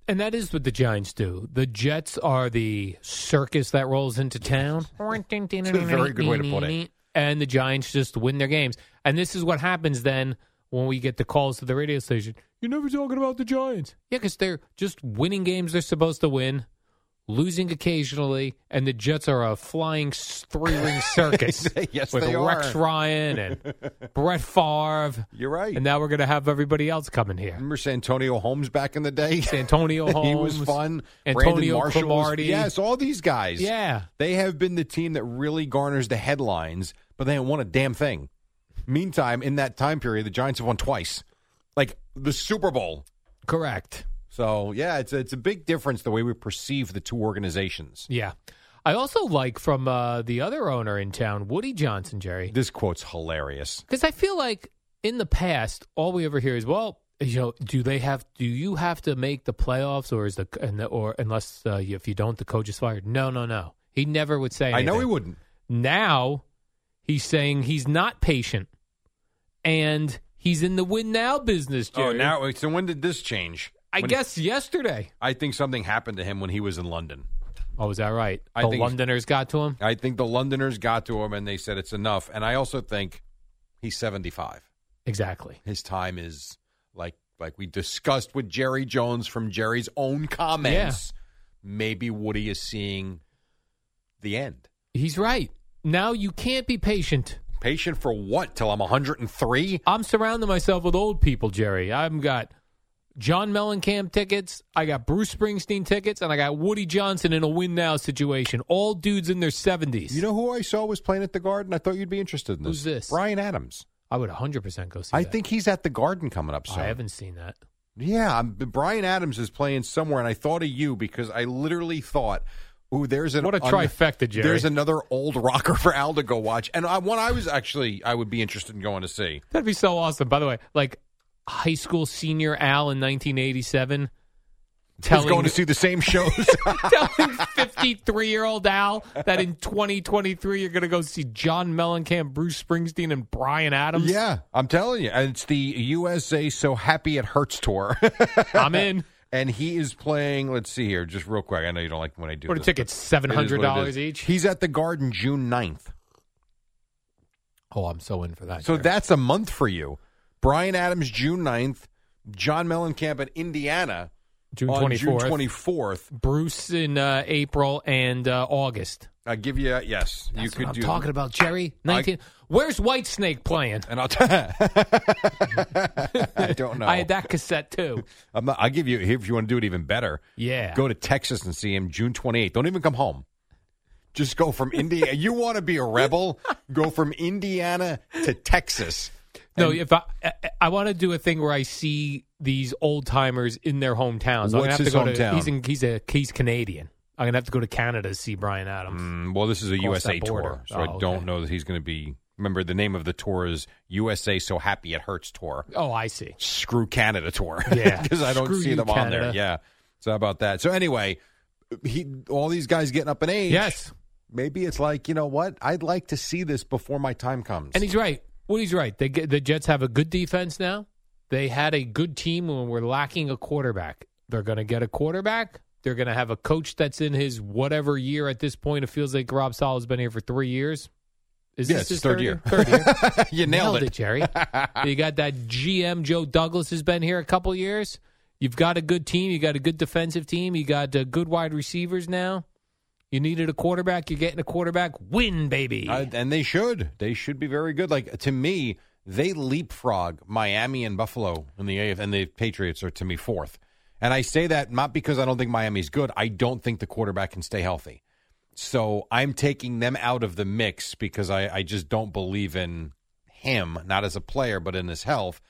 And that is what the Giants do. The Jets are the circus that rolls into town.
It's a very good way to put it.
And the Giants just win their games. And this is what happens then when we get the calls to the radio station. You're never talking about the Giants. Yeah, because they're just winning games they're supposed to win, losing occasionally, and the Jets are a flying three ring circus.
Yes,
with
they are.
Rex Ryan and Brett Favre.
You're right.
And now we're going to have everybody else coming here.
Remember Santonio Holmes back in the day?
Antonio Holmes.
he was fun. Brandon
Antonio
Marshall was-
Cromartie.
yes, all these guys.
Yeah.
They have been the team that really garners the headlines, but they haven't won a damn thing. Meantime, in that time period, the Giants have won twice, like the Super Bowl.
Correct.
So yeah, it's a, it's a big difference the way we perceive the two organizations.
Yeah. I also like from uh, the other owner in town, Woody Johnson, Jerry,
This quote's hilarious.
because I feel like in the past, all we ever hear is, well, you know, do they have? Do you have to make the playoffs, or is the and the, or unless uh, you- if you don't, the coach is fired? No, no, no. He never would say.
I know
anything.
he wouldn't.
Now he's saying he's not patient, and he's in the win now business. Jerry.
Oh, now so when did this change?
I
When-
guess yesterday.
I think something happened to him when he was in London.
Oh, is that right?
I
the
think-
Londoners got to him.
I think the Londoners got to him and they said it's enough. And I also think he's 75.
Exactly.
His time is like like we discussed with Jerry Jones from Jerry's own comments. Maybe Woody is seeing the end.
He's right. Now you can't be patient.
Patient for what? Till I'm 103?
I'm surrounding myself with old people, Jerry. I've got John Mellencamp tickets, I got Bruce Springsteen tickets, and I got Woody Johnson in a win now situation. All dudes in their 70s.
You know who I saw was playing at the Garden? I thought you'd be interested in this.
Who's this?
Brian Adams.
I would 100% go see
I
that.
think he's at the Garden coming up soon.
I haven't seen that.
Yeah, I'm, Brian Adams is playing somewhere, and I thought of you because I literally thought, "Ooh, there's an
What a
un-
trifecta, Jerry.
There's another old rocker for Al to go watch." And I, one I was actually I would be interested in going to see.
That'd be so awesome. By the way, like high school senior Al in 1987 telling
going to see the same shows.
telling 53 year old Al that in 2023 you're going to go see John Mellencamp, Bruce Springsteen, and Brian Adams.
yeah, I'm telling you, and it's the USA So Happy It Hurts tour.
I'm in.
and he is playing. Let's see here, just real quick. I know you don't like when I do.
What a
this,
ticket,
but it is what it
$700
is.
each.
He's at the Garden June 9th.
oh, I'm so in for that.
So
Jerry.
that's a month for you. Brian Adams June 9th, John Mellencamp in Indiana
June
on
24th.
June 24th.
Bruce in uh, April and uh, August.
I give you yes, you
That's
could
what I'm
do
talking about, Jerry. 19. Where's Whitesnake playing?
And I'll t- I don't know.
I had that cassette too.
I'm not, I'll give you if you want to do it even better.
Yeah.
Go to Texas and see him June 28th. Don't even come home. Just go from Indiana. you want to be a rebel? Go from Indiana to Texas.
No, if I I, I want to do a thing where I see these old timers in their hometowns. I'm gonna
What's
have to
his
go
hometown?
To, he's in, he's a he's Canadian. I'm gonna have to go to Canada to see Brian Adams.
Mm, well, this is a
Across
USA
that
tour,
border.
so
Oh,
I don't
okay.
know that he's going to be. Remember, the name of the tour is USA So Happy It Hurts Tour.
Oh, I see.
Screw Canada tour.
Yeah.
because I don't
Screw
see
you,
them on there.
Canada.
Yeah. So how about that? So anyway, he all these guys getting up in age.
Yes,
Maybe it's like you know what? I'd like to see this before my time comes.
and he's right. Woody's right. They get, the Jets have a good defense now. They had a good team when we're lacking a quarterback. They're gonna get a quarterback. They're gonna have a coach that's in his whatever year at this point. It feels like Rob Sala's been here for three years. Is
Yeah,
this
it's
his
third
third
year.
Third year.
you nailed,
it, Jerry. you got that GM Joe Douglas has been here a couple years. You've got a good team. You got a good defensive team. You got uh, good wide receivers now. You needed a quarterback. You're getting a quarterback. Win, baby.
I- and they should. They should be very good. Like to me, they leapfrog Miami and Buffalo in the AF, and the Patriots are to me fourth. And I say that not because I don't think Miami's good. I don't think the quarterback can stay healthy. So I'm taking them out of the mix because I, I just don't believe in him, not as a player, but in his health.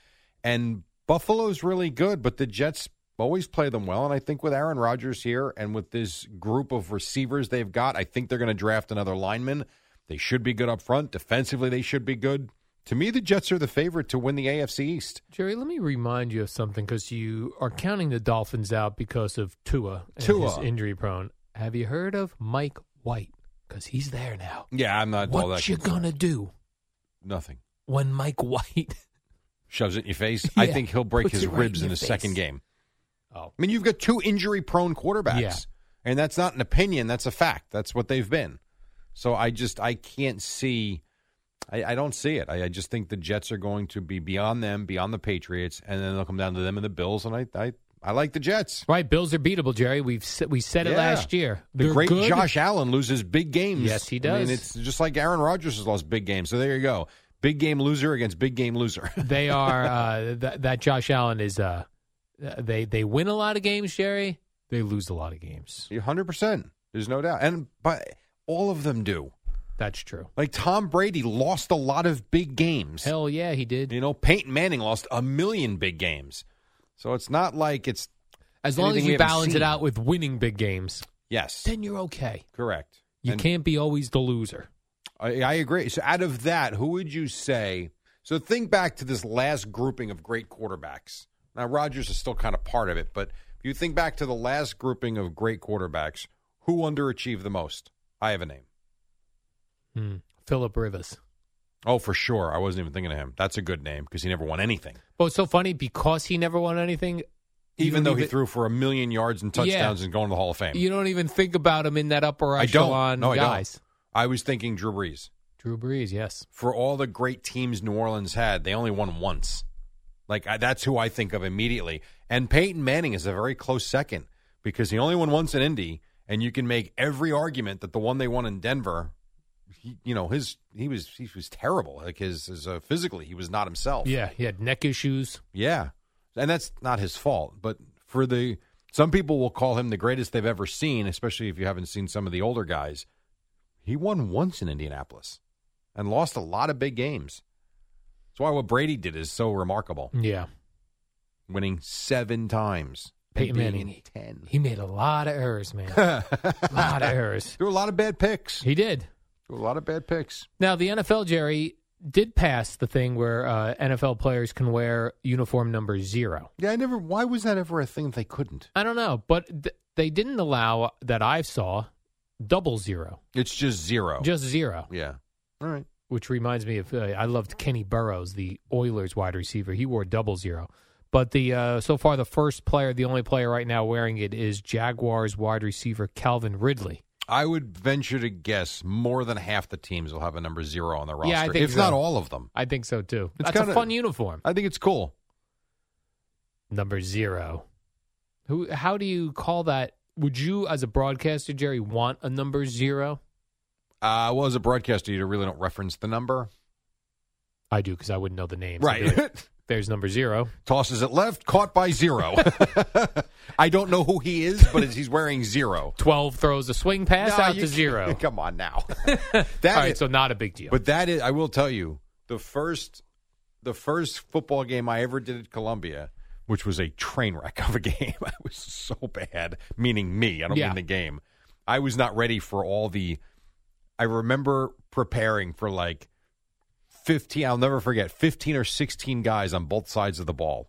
And Buffalo's really good, but the Jets always play them well. And I think with Aaron Rodgers here and with this group of receivers they've got, I think they're going to draft another lineman. They should be good up front. Defensively, they should be good. To me, the Jets are the favorite to win the AFC East.
Jerry, let me remind you of something because you are counting the Dolphins out because of Tua. And
Tua.
injury prone. Have you heard of Mike White? Because he's there now.
Yeah, I'm not all that
what you
concerned.
gonna do
Nothing.
when Mike White?
Shoves it in your face. I
Yeah,
think he'll break
puts
his
it right
ribs
in
in
your
his
face.
second game.
oh,
I mean, you've got two injury prone quarterbacks.
Yeah.
And that's not an opinion, that's a fact. That's what they've been. So I just I can't see I, I don't see it. I, I just think the Jets are going to be beyond them, beyond the Patriots, and then they'll come down to them and the Bills, and I I, I like the Jets.
right. Bills are beatable, Jerry. We've s- we said it
Yeah.
last year.
The
They're
great
good.
Josh Allen loses big games.
Yes, he
I mean,
does.
it's just like Aaron Rodgers has lost big games. So there you go. Big game loser against big game loser.
they are uh, that that Josh Allen is. Uh, they they win a lot of games, Jerry. They lose a lot of games.
hundred percent. There's no doubt. And but all of them do.
That's true.
Like Tom Brady lost a lot of big games.
Hell yeah, he did.
You know, Peyton Manning lost a million big games. So it's not like it's
As long
Anything
as you
we haven't
balance
seen.
it out with winning big games,
yes,
then you're okay.
correct.
You
And
can't be always the loser.
I, I agree. So out of that, who would you say? So think back to this last grouping of great quarterbacks. Now Rodgers is still kind of part of it, but if you think back to the last grouping of great quarterbacks, who underachieved the most? I have a name.
Hmm. Philip Rivers.
Oh, for sure. I wasn't even thinking of him. That's a good name because he never won anything.
Well, it's so funny because he never won anything. you
Even
don't
though he
even-
threw for a million yards and
Yeah.
touchdowns and going to the Hall of Fame.
You don't even think about him in that upper
I don't.
echelon
No, I don't.
guys.
I was thinking Drew Brees.
Drew Brees, yes.
for all the great teams New Orleans had, they only won once. Like I, that's who I think of immediately. And Peyton Manning is a very close second because he only won once in Indy, and you can make every argument that the one they won in Denver, he, you know, his he was he was terrible. Like his, his uh, physically, he was not himself.
Yeah, he had neck issues.
Yeah. And that's not his fault, but for the some people will call him the greatest they've ever seen, especially if you haven't seen some of the older guys. He won once in Indianapolis and lost a lot of big games. That's why what Brady did is so remarkable,
Yeah.
winning 7 times. and
Peyton
being
Manning.
in 10.
He made a lot of errors, man. a lot of errors.
Threw a lot of bad picks.
He did.
Threw a lot of bad picks.
Now, the NFL, Jerry, did pass the thing where uh, NFL players can wear uniform number zero.
Yeah, I never. Why was that ever a thing? They couldn't.
I don't know, but th- they didn't allow that I saw double zero,
It's just zero.
just zero.
yeah. All right.
Which reminds me of uh, I loved Kenny Burrows, the Oilers wide receiver. He wore double zero. But the uh, so far the first player, the only player right now wearing it is Jaguars wide receiver Calvin Ridley.
I would venture to guess more than half the teams will have a number zero on their roster,
Yeah, I think
if not
so.
all of them.
I think so too.
It's
That's
kinda-
a fun uniform.
I think it's cool.
Number zero. Who? How do you call that? Would you, as a broadcaster, Jerry, want a number zero?
Uh, well, as a broadcaster, you really don't reference the number.
I do because I wouldn't know the names. I'd be like,
Right.
There's number zero.
Tosses it left, caught by zero. I don't know who he is, but he's wearing zero.
Twelve throws a swing pass
No,
out
you
to
can't-
zero.
Come on now.
All
That
right,
is-
so not a big deal.
But that is, I will tell you, the first, the first football game I ever did at Columbia, which was a train wreck of a game. I was so bad, meaning me. I don't
Yeah.
mean the game. I was not ready for all the. I remember preparing for like fifteen. I'll never forget fifteen or sixteen guys on both sides of the ball,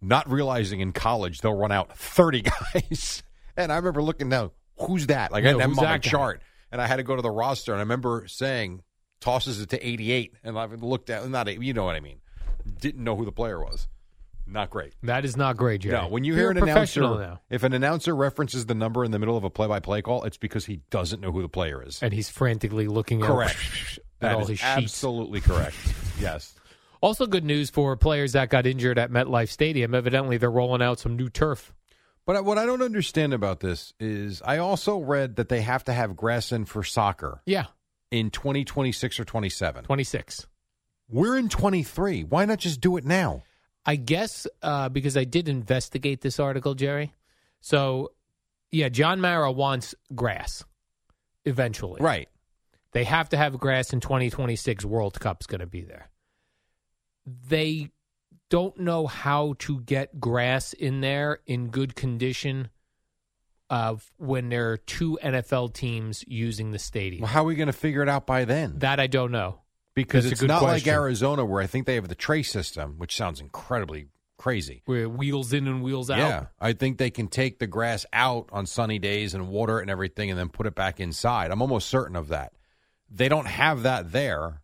not realizing in college they'll run out thirty guys. And I remember looking down, who's that? Like I
Yeah,
had them
who's
on my
that guy?
chart, and I had to go to the roster. And I remember saying, tosses it to eighty-eight, and I looked at not you know what I mean. Didn't know who the player was. Not great.
that is not great, Jerry.
No, when you
You're
hear
a
an announcer,
professional now,
if an announcer references the number in the middle of a play-by-play call, it's because he doesn't know who the player is.
and he's frantically looking at-
correct.
at
That
all
is
his sheets.
absolutely correct. yes.
Also, good news for players that got injured at MetLife Stadium. Evidently, they're rolling out some new turf.
But I- what I don't understand about this is, I also read that they have to have grass in for soccer
Yeah,
in 2026 or 27.
twenty six.
We're in 23. Why not just do it now?
I guess uh, because I did investigate this article, Jerry. So, yeah, John Mara wants grass eventually.
Right.
They have to have grass in 2026. World Cup's going to be there. They don't know how to get grass in there in good condition uh, when there are two NFL teams using the stadium.
Well, how are we going to figure it out by then?
That I don't know.
because
that's a
it's
good
not like
question.
Arizona, where I think they have the tray system, which sounds incredibly crazy.
Where it wheels in and wheels out.
Yeah, I think they can take the grass out on sunny days and water it and everything, and then put it back inside. I'm almost certain of that. They don't have that there.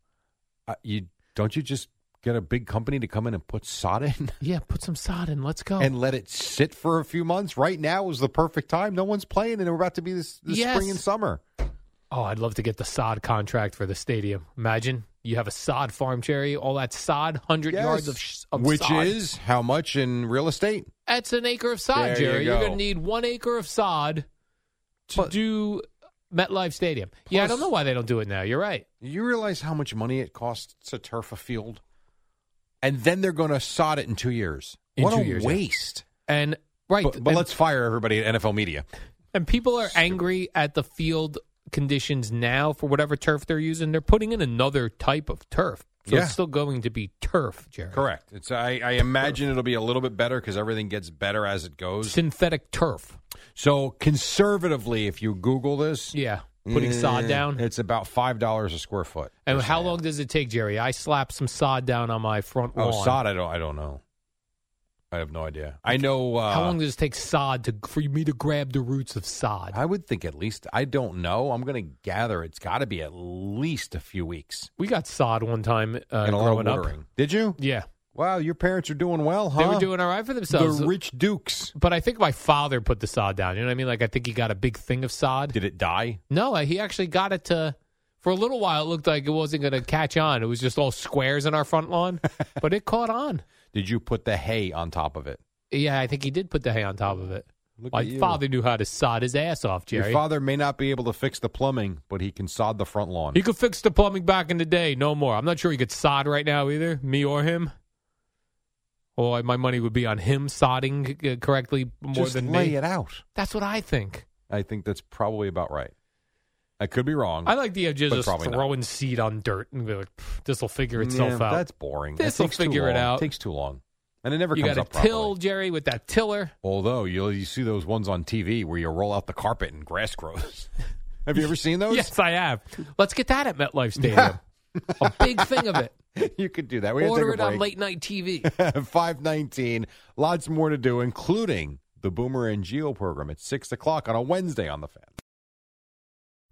Uh, you don't you just get a big company to come in and put sod in
Yeah, put some sod in. Let's go.
and let it sit for a few months? Right now is the perfect time. No one's playing, and we're about to be this, this
Yes.
spring and summer.
Oh, I'd love to get the sod contract for the stadium. Imagine you have a sod farm, Jerry. All that sod, hundred
Yes.
yards of, sh- of
which
sod.
is how much in real estate?
that's an acre of sod,
There you
Jerry. are
go.
gonna need one acre of sod to do MetLife Stadium. yeah, I
Plus-
don't know why they don't do it now. You're right.
You realize how much money it costs to turf a field, and then they're going to sod it in two years.
In
what
two
a
years, yeah.
waste!
And right,
But, but
and,
let's fire everybody at NFL media.
and people are angry at the field conditions now for whatever turf they're using. They're putting in another type of turf, so
Yeah.
it's still going to be turf, Jerry.
Correct. It's I, I imagine it'll be a little bit better because everything gets better as it goes.
Synthetic turf.
So conservatively, if you Google this,
Yeah, putting
eh,
sod down.
it's about five dollars a square foot.
And
Just
how
saying.
long does it take, Jerry? I slapped some sod down on my front
Oh,
lawn.
sod! I don't. I don't know. I have no idea. I know. Uh,
How long does it take sod to for me to grab the roots of sod?
I would think at least. I don't know. I'm going to gather it's got to be at least a few weeks.
we got sod one time uh,
and a lot
growing
of watering.
up.
Did you?
Yeah,
Wow, your parents are doing well, huh?
they were doing all right for themselves.
the rich dukes.
but I think my father put the sod down. You know what I mean? Like I think he got a big thing of sod.
Did it die?
No, he actually got it to. For a little while, it looked like it wasn't going to catch on. It was just all squares in our front lawn, but it caught on.
Did you put the hay on top of it?
Yeah, I think he did put the hay on top of it.
Look
my
at you.
father knew how to sod his ass off, Jerry.
Your father may not be able to fix the plumbing, but he can sod the front lawn.
He could fix the plumbing back in the day. No more. I'm not sure he could sod right now either, me or him. Or my money would be on him sodding uh, correctly more
Just
than
lay
me.
it out.
That's what I think.
I think that's probably about right. I could be wrong.
I like the idea of
But
just
probably not.
throwing seed on dirt and be like, this will figure itself
Yeah,
out.
That's boring. That
This'll
takes too
figure it
long.
out.
Takes too long, and it never
you
comes
got to
up
till,
properly.
Jerry, with that tiller.
Although you you see those ones on TV where you roll out the carpet and grass grows. Have you ever seen those?
Yes, I have. Let's get that at MetLife Stadium. a big thing of it.
You could do that. We're going to
Order
take
it
a
on
break.
late night TV.
519. Lots more to do, including the Boomer and Geo program at 6 o'clock on a Wednesday on the fan.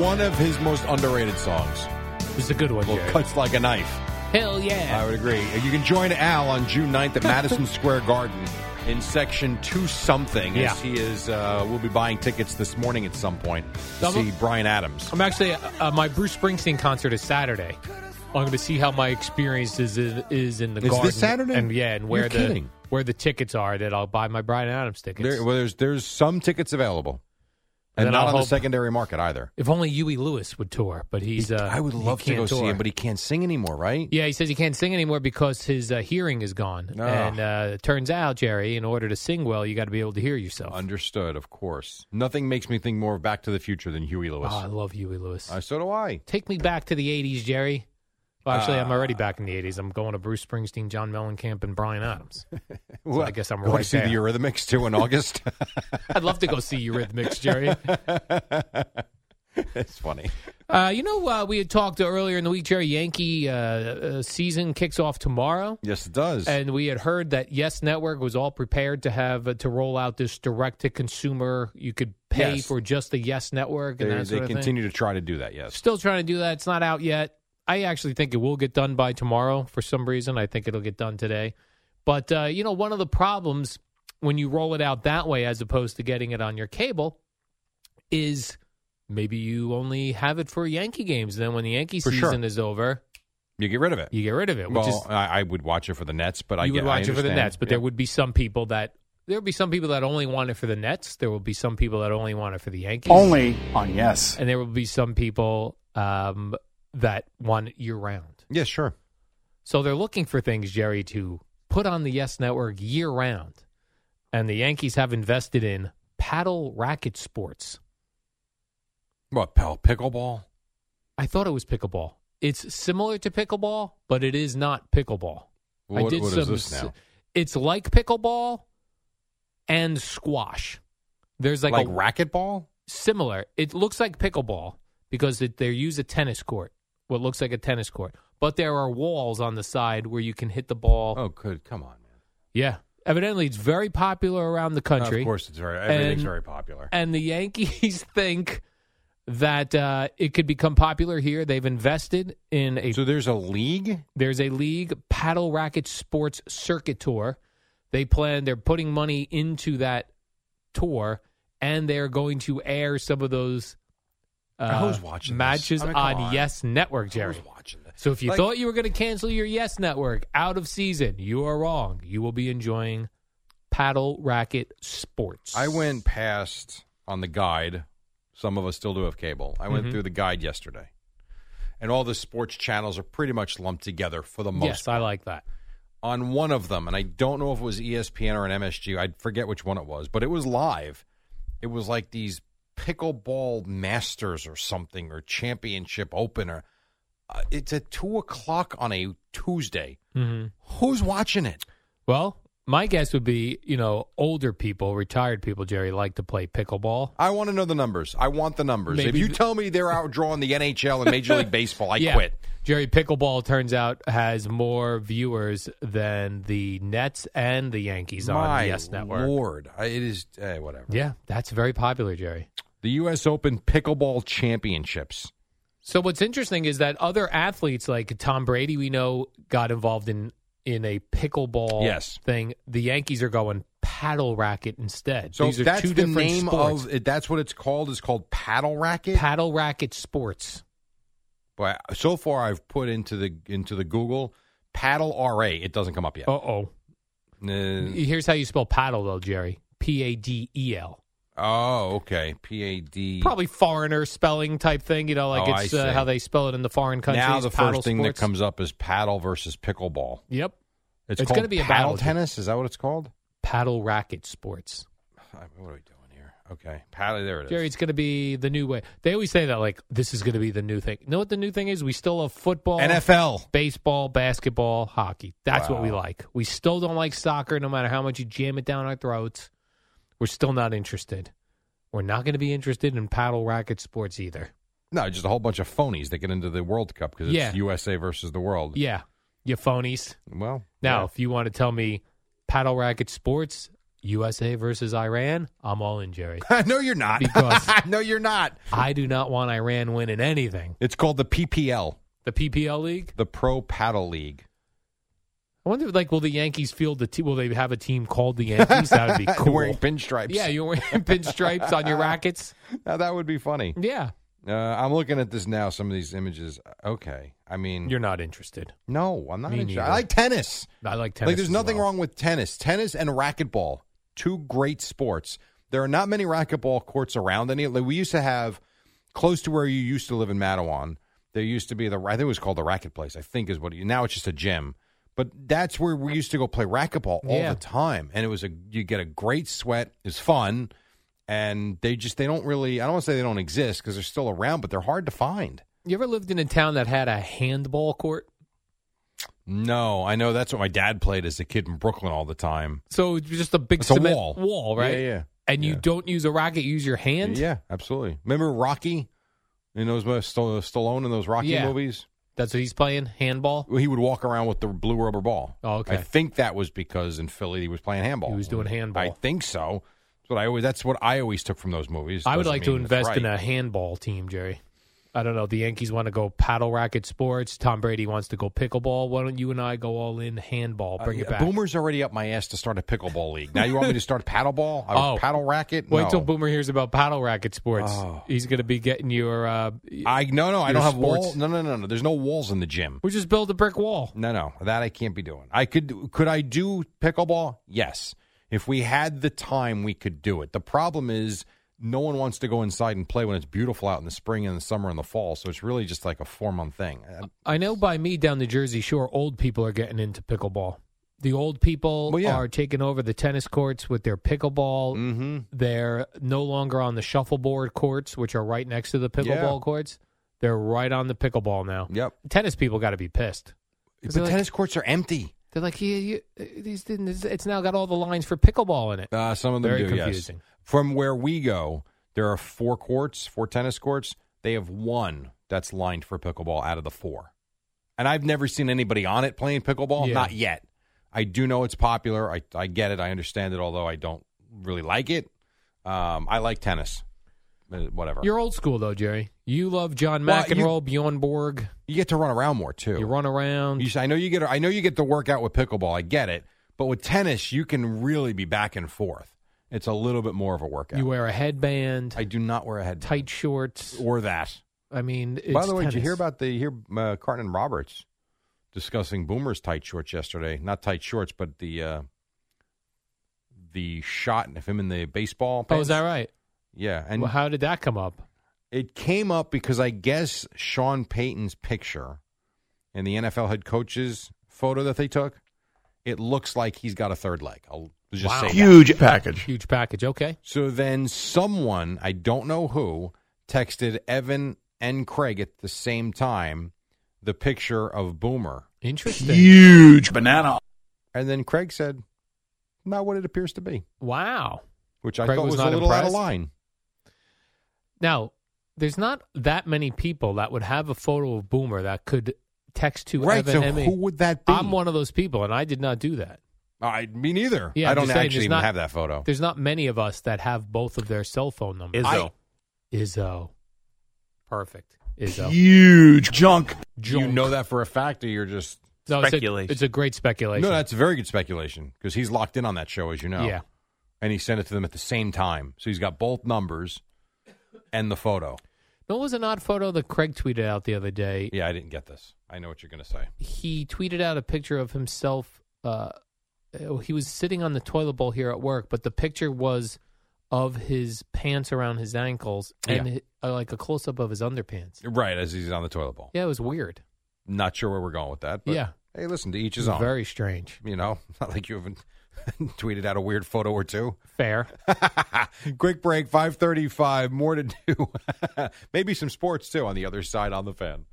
One of his most underrated songs.
It's a good one.
Well, cuts like a knife.
Hell yeah.
I would agree. You can join Al on June 9th at Madison Square Garden in section two something.
Yeah.
As he is, uh, we'll be buying tickets this morning at some point to
Double-
see Brian Adams.
I'm actually uh, my Bruce Springsteen concert is Saturday. I'm going to see how my experience is in, is in the
Is this
garden.
Saturday?
And yeah, and where
You're
the
kidding.
where the tickets are that I'll buy my Brian Adams tickets.
There, well, there's there's some tickets available, and
Then
not
I'll
on the
hope-
secondary market either.
if only Huey Lewis would tour, but he's uh,
I would
he
love to
can't
go see
tour.
him, but he can't sing anymore, right?
Yeah, he says he can't sing anymore because his uh, hearing is gone.
Oh.
And uh, it turns out, Jerry, in order to sing well, you got to be able to hear yourself.
Understood, of course. Nothing makes me think more of Back to the Future than Huey
Oh,
Lewis.
I love Huey Lewis.
Uh, so do I.
Take me back to the 80s, Jerry. Well, actually, I'm
Ah.
already back in the 80s. I'm going to Bruce Springsteen, John Mellencamp, and Brian Adams. So I guess I'm
Go
right
to see
there.
the Eurythmics too in August.
I'd love to go see Eurythmics, Jerry.
That's funny.
Uh, you know, uh, we had talked earlier in the week, Jerry, Yankee uh, uh, season kicks off tomorrow.
Yes, it does.
And we had heard that Yes Network was all prepared to have uh, to roll out this direct to consumer. You could pay
Yes.
for just the Yes Network and
they
that
they
sort of thing.
continue to try to do that. Yes.
Still trying to do that. It's not out yet. I actually think it will get done by tomorrow for some reason. I think it'll get done today. But, uh, you know, one of the problems when you roll it out that way as opposed to getting it on your cable is maybe you only have it for Yankee games. Then when the Yankee
For sure.
season is over,
You get rid of it.
you get rid of it, which
well,
is
I, I would watch it for the Nets, but I
you
get,
would watch
I
it for the
understand.
Nets, but
Yeah.
there would be some people that there would be some people that only want it for the Nets. There will be some people that only want it for the Yankees.
Only on yes.
and there will be some people um, that want it year round.
Yeah, sure.
So they're looking for things, Jerry, to put on the Yes Network year round, and the Yankees have invested in paddle racket sports.
What, pal? Pickleball?
I thought it was pickleball. It's similar to pickleball, but it is not pickleball. I
What-
did
what
some.
is this
s-
now?
It's like pickleball and squash. There's like,
Like,
a
racquetball?
similar. It looks like pickleball because it, they use a tennis court. What looks like a tennis court, but there are walls on the side where you can hit the ball.
Oh, good. Come on, man.
Yeah, evidently it's very popular around the country.
Of course, it's very everything's
And-
very popular.
And the Yankees think that uh, it could become popular here. They've invested in a
So there's a league.
There's a league paddle racket sports circuit tour. They plan they're putting money into that tour, and they're going to air some of those uh,
Who's watching this?
matches
I mean, come
on,
on.
Yes Network, Jerry.
Who's watching this?
So if you
Like-
thought you were going to cancel your Yes Network out of season, you are wrong. You will be enjoying paddle racket sports.
I went past on the guide. Some of us still do have cable. I went
Mhm.
through the guide yesterday, and all the sports channels are pretty much lumped together for the most.
Yes, I like that.
on one of them, and I don't know if it was E ESPN or an MSG. I forget which one it was, but it was live. It was like these pickleball masters or something or championship open or uh, it's at two o'clock on a Tuesday.
hmm
Who's watching it?
Well, my guess would be you know older people, retired people, Jerry, like to play pickleball.
I want to know the numbers. I want the numbers. if
Maybe
you
th-
tell me they're outdrawing the NHL and Major League Baseball, I
Yeah.
quit.
Jerry Pickleball turns out has more viewers than the Nets and the Yankees
My
on Yes Network.
Lord, I- it is eh, whatever.
Yeah, that's very popular, Jerry.
The U.S. Open Pickleball Championships.
So what's interesting is that other athletes like Tom Brady, we know, got involved in in a pickleball
Yes.
thing. The Yankees are going paddle racket instead.
So
These are
that's
two
the
different
name
sports.
of it. That's what it's called. It's called paddle racket.
Paddle racket sports.
But so far, I've put into the into the Google paddle RA. It doesn't come up yet.
Uh oh. Here's how you spell paddle though, Jerry. P A D E L.
oh, okay. P A D.
Probably foreigner spelling type thing. You know, like
Oh, I
it's
see.
uh, how they spell it in the foreign countries.
Now the
paddle
first thing
sports.
that comes up is paddle versus pickleball.
Yep.
It's,
It's
called
gonna be a
paddle
battle, Jim.
tennis. Is that what it's called?
Paddle racket sports.
I- What are we doing here? Okay, paddle. There it is.
Jerry, it's going to be the new way. They always say that, like, this is going to be the new thing. You know what the new thing is? We still have football,
NFL.
baseball, basketball, hockey. That's what we
Wow.
like. We still don't like soccer, no matter how much you jam it down our throats. We're still not interested. We're not going to be interested in paddle racket sports either.
No, just a whole bunch of phonies that get into the World Cup because it's
Yeah.
USA versus the world.
Yeah, you phonies.
Well,
Now,
yeah.
if you want to tell me paddle racket sports, USA versus Iran, I'm all in, Jerry.
no, you're not.
Because
no, you're not.
I do not want Iran winning anything.
It's called the PPL,
The PPL League?
the Pro Paddle League.
I wonder, like, will the Yankees field the team? Will they have a team called the Yankees? That would be
You're
cool.
Wearing pinstripes.
yeah, you're wearing pinstripes on your rackets.
Now, that would be funny.
Yeah,
Uh, I'm looking at this now. Some of these images. Uh, Okay, I mean,
you're not interested.
no, I'm not.
Me
Interested. I
neither.
like tennis.
I like tennis.
like, there's
as
nothing
well.
wrong with tennis. Tennis and racquetball, two great sports. There are not many racquetball courts around any. Like, we used to have close to where you used to live in Mattawan. There used to be the I think it was called the racket place. I think is what it, now it's just a gym. But that's where we used to go play racquetball all
Yeah.
the time, and it was a you get a great sweat. It's fun, and they just they don't really. I don't want to say they don't exist because they're still around, but they're hard to find.
You ever lived in a town that had a handball court?
No, I know that's what my dad played as a kid in Brooklyn all the time.
So it's just a big
It's a
cement
wall.
right?
Yeah, yeah.
And you
Yeah.
don't use a racket; you use your hand.
Yeah, absolutely. Remember Rocky? In those mo- Sta- Stallone in those Rocky
Yeah.
movies,
that's what he's playing handball.
Well, he would walk around with the blue rubber ball.
Oh, okay.
I think that was because in Philly he was playing handball. Mm-hmm.
He was doing handball.
I think so. That's what I always. That's what I always took from those movies.
I would
Doesn't
like to
mean it's
invest in a
right.
handball team, Jerry. I don't know. The Yankees want to go paddle racket sports. Tom Brady wants to go pickleball. Why don't you and I go all in handball? Bring
Uh,
it back.
Boomer's already up my ass to start a pickleball league. Now you want me to start paddleball? I
Oh.
paddle racket.
Wait
no.
till Boomer hears about paddle racket sports.
Oh.
He's going to be getting your. Uh,
I no no I
your
don't have
sports.
walls. No no no no. There's no walls in the gym.
We just build a brick wall.
No, no, that I can't be doing. I could could I do pickleball? Yes. If we had the time, we could do it. The problem is no one wants to go inside and play when it's beautiful out in the spring and the summer and the fall. So it's really just like a four month thing. Uh,
I know by me down the Jersey Shore, old people are getting into pickleball. The old people
Well, yeah.
are taking over the tennis courts with their pickleball.
Mhm.
They're no longer on the shuffleboard courts, which are right next to the pickleball
Yeah.
courts. They're right on the pickleball now.
Yep.
Tennis people got to be pissed. 'Cause
But
they're like-
tennis courts are empty.
They're like, yeah, you, uh, these didn't. It's now got all the lines for pickleball in it.
Uh, some of them
Very
do.
confusing.
Yes. From where we go, there are four courts, four tennis courts. They have one that's lined for pickleball out of the four, and I've never seen anybody on it playing pickleball.
Yeah.
Not yet. I do know it's popular. I I get it. I understand it. Although I don't really like it. Um, I like tennis. Uh, Whatever.
You're old school though, Jerry. You love John
Well, you-
McEnroe, Bjorn Borg.
you get to run around more too.
You run around.
You s- I know you get. I know you get the workout with pickleball. I get it. But with tennis, you can really be back and forth. It's a little bit more of a workout.
You wear a headband,
I do not wear a headband.
tight shorts.
or that.
I mean, it's
By the way, did you
tennis.
hear about the you hear uh, Carton and Roberts discussing Boomer's tight shorts yesterday? Not tight shorts, but the uh, the shot of him in the baseball.
Oh,
Pants.
is that right?
Yeah, and
And how did that come up?
it came up because I guess Sean Payton's picture in the NFL head coach's photo that they took. It looks like he's got a third leg. I'll just say that.
package.
Huge package. Okay.
So then someone, I don't know who, texted Evan and Craig at the same time the picture of Boomer.
Interesting.
Huge banana.
And then Craig said, not what it appears to be,
Wow.
which I
Craig
thought
was
was, a
not
little out of
impressed?
line.
Now, there's not that many people that would have a photo of Boomer that could text to
Right,
Evan
so
Emmy.
who would that be?
I'm one of those people, and I did not do that.
I, me neither.
Yeah,
I
I'm
don't
just saying,
actually
there's
even
not-
have that photo.
There's not many of us that have both of their cell phone numbers. uh,
Izzo.
I, Izzo. Perfect. Izzo.
Huge junk. You
Junk.
know that for a fact, or you're just
No, it's a- Speculation. it's a great speculation.
No, that's very good speculation because he's locked in on that show, as you know.
Yeah.
and he sent it to them at the same time, so he's got both numbers and the photo.
There was an odd photo that Craig tweeted out the other day.
Yeah, I didn't get this. I know what you're going to say.
He tweeted out a picture of himself. Uh, oh, he was sitting on the toilet bowl here at work, but the picture was of his pants around his ankles and
Yeah.
hi- uh, like a close up of his underpants.
Right as he's on the toilet bowl.
Yeah, it was weird.
Not sure where we're going with that. But
Yeah.
Hey, listen to each his own.
Very strange.
You know, not like you haven't tweeted out a weird photo or two.
Fair.
Quick break, 535, more to do. Maybe some sports, too, on the other side on the fan.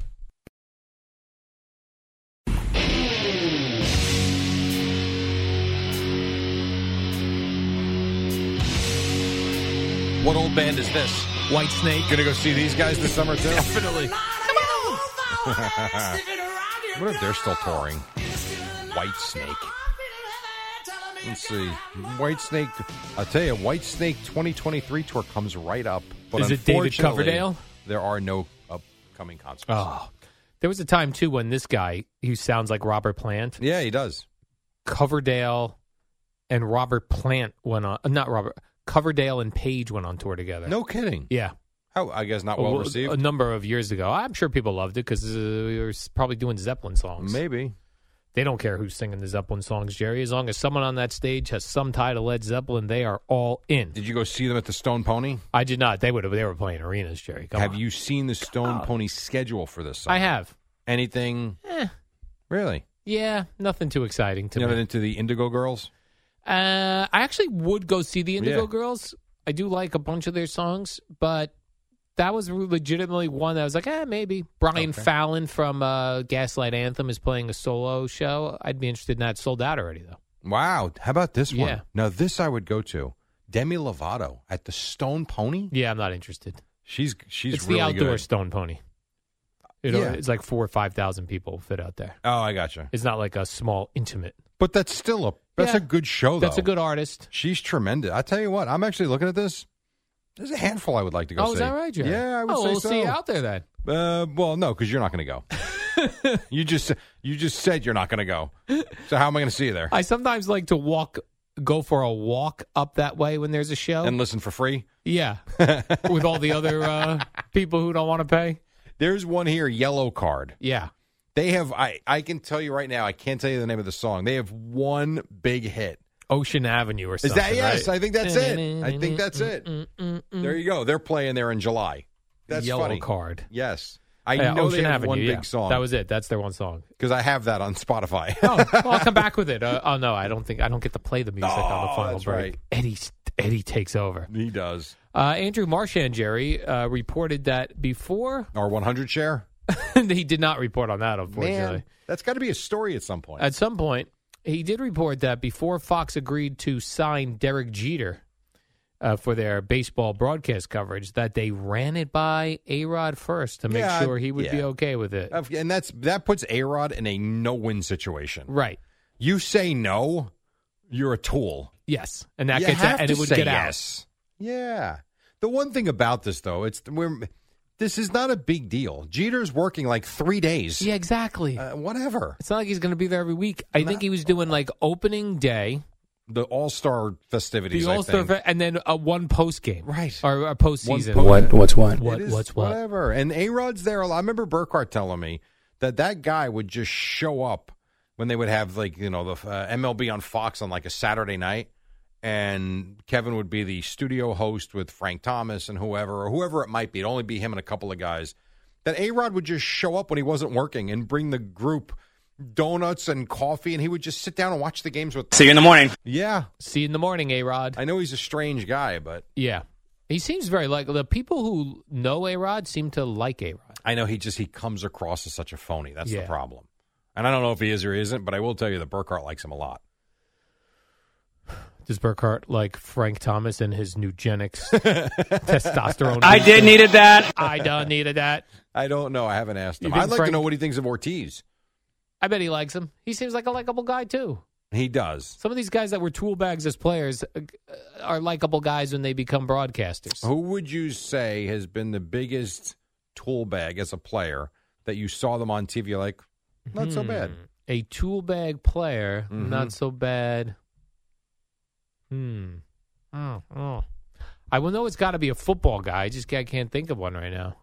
What old band is this?
White Snake.
Gonna go see these guys this summer, too?
Definitely.
what if they're still touring? White Snake. Let's see. White Snake. I'll tell you, White Snake 2023 tour comes right up. But
Is it David
unfortunately,
Coverdale?
There are no upcoming concerts.
Oh. There was a time, too, when this guy, who sounds like Robert Plant,
Yeah, he does.
Coverdale and Robert Plant went on, uh, not Robert, Coverdale and Page went on tour together.
No kidding.
Yeah.
How, I guess not
A-
well
w-
received.
A number of years ago. I'm sure people loved it because uh, we were s- probably doing Zeppelin songs.
Maybe.
They don't care who's singing the Zeppelin songs, Jerry. As long as someone on that stage has some tie to Led Zeppelin, they are all in.
Did you go see them at the Stone Pony?
I did not. They would have. They were playing arenas, Jerry. Come
have
on.
you seen the Stone Pony schedule for this summer?
I have.
Anything?
Eh,
Really?
yeah, nothing too exciting to
You
me.
ever into the Indigo Girls?
Uh, I actually would go see the Indigo
Yeah.
Girls. I do like a bunch of their songs, but that was re- legitimately one that I was like, eh, maybe. Brian
Okay.
Fallon from uh, Gaslight Anthem is playing a solo show. I'd be interested in that. It's Sold out already, though.
Wow. How about this one?
Yeah.
Now, this I would go to. Demi Lovato at the Stone Pony?
Yeah, I'm not interested.
She's she's
it's
really
the outdoor
good.
Stone Pony. You know,
Yeah.
It's like four or 5,000 people fit out there.
Oh, I gotcha.
It's not like a small, intimate.
But that's still a that's
Yeah.
a good show Oh, though.
That's a good artist.
She's tremendous. I tell you what, I'm actually looking at this. There's a handful I would like to go
Oh,
see.
is that right, Jerry?
Yeah, I
oh,
would say
we'll
so.
see you out there then.
Uh, well, no, because you're not going to go. you just you just said you're not going to go. So how am I going to see you there
I sometimes like to walk, go for a walk up that way when there's a show.
and listen for free?
Yeah, with all the other uh, people who don't want to pay.
There's one here, yellow card.
Yeah,
They have I I can tell you right now. I can't tell you the name of the song. They have one big hit.
Ocean Avenue or
Is
something.
that yes?
right?
I think that's it. I think that's it. There you go. They're playing there in July. That's
Yellow
funny.
card.
Yes, I
Yeah,
know
Ocean
they have
Avenue.
one
yeah.
big song.
That was it. That's their one song.
because I have that on Spotify.
Oh, well, I'll come back with it. Uh, oh no, I don't think I don't get to play the music on the
Oh,
final
that's
break.
right.
Eddie Eddie takes over.
he does
Uh, Andrew Marchand, Jerry, uh, reported that before
our 100 share.
he did not report on that. Unfortunately,
Man, that's got to be a story at some point.
At some point, he did report that before Fox agreed to sign Derek Jeter uh, for their baseball broadcast coverage, that they ran it by A Rod first to make
Yeah, Uh,
sure he would be
yeah.
okay with it.
Of- and that's that puts A Rod in a no win situation.
right.
You say no, you're a tool.
Yes. And that
You
gets
have
out, and
to
it would
say
get
yes. Yeah. The one thing about this though, it's we're this is not a big deal. Jeter's working like three days.
out. Yeah, exactly.
Uh, whatever.
it's not like he's going to be there every week. I think he was doing like opening day,
The All Star festivities.
the
I
All Star,
think.
and then a one post game,
Right.
Or a postseason.
One post- What-
what's what?
What?
It is
What's what?
Whatever. And A Rod's there. a lot. I remember Burkhart telling me that that guy would just show up when they would have like you know the uh, MLB on Fox on like a Saturday night, and Kevin would be the studio host with Frank Thomas and whoever or whoever it might be. It'd only be him and a couple of guys. That A Rod would just show up when he wasn't working and bring the group donuts and coffee, and he would just sit down and watch the games with.
See you in the morning.
Yeah,
See you in the morning, A Rod.
I know he's a strange guy, but
Yeah. He seems very like the people who know A Rod seem to like A Rod.
I know he just he comes across as such a phony. That's
Yeah.
the problem. And I don't know if he is or isn't, but I will tell you that Burkhart likes him a lot.
Does Burkhart like Frank Thomas and his nugenics testosterone?
I did needed that.
I done needed that.
I don't know. I haven't asked him.
You think
I'd like
Frank-
to know what he thinks of Ortiz.
I bet he likes him. He seems like a likable guy too.
He does.
Some of these guys that were tool bags as players uh, are likable guys when they become broadcasters.
Who would you say has been the biggest tool bag as a player that you saw them on TV? You're Like, not so
Hmm.
bad.
A tool bag player,
Mhm.
not so bad. Hmm. Oh, oh. I will know it's got to be a football guy. I just I can't think of one right now.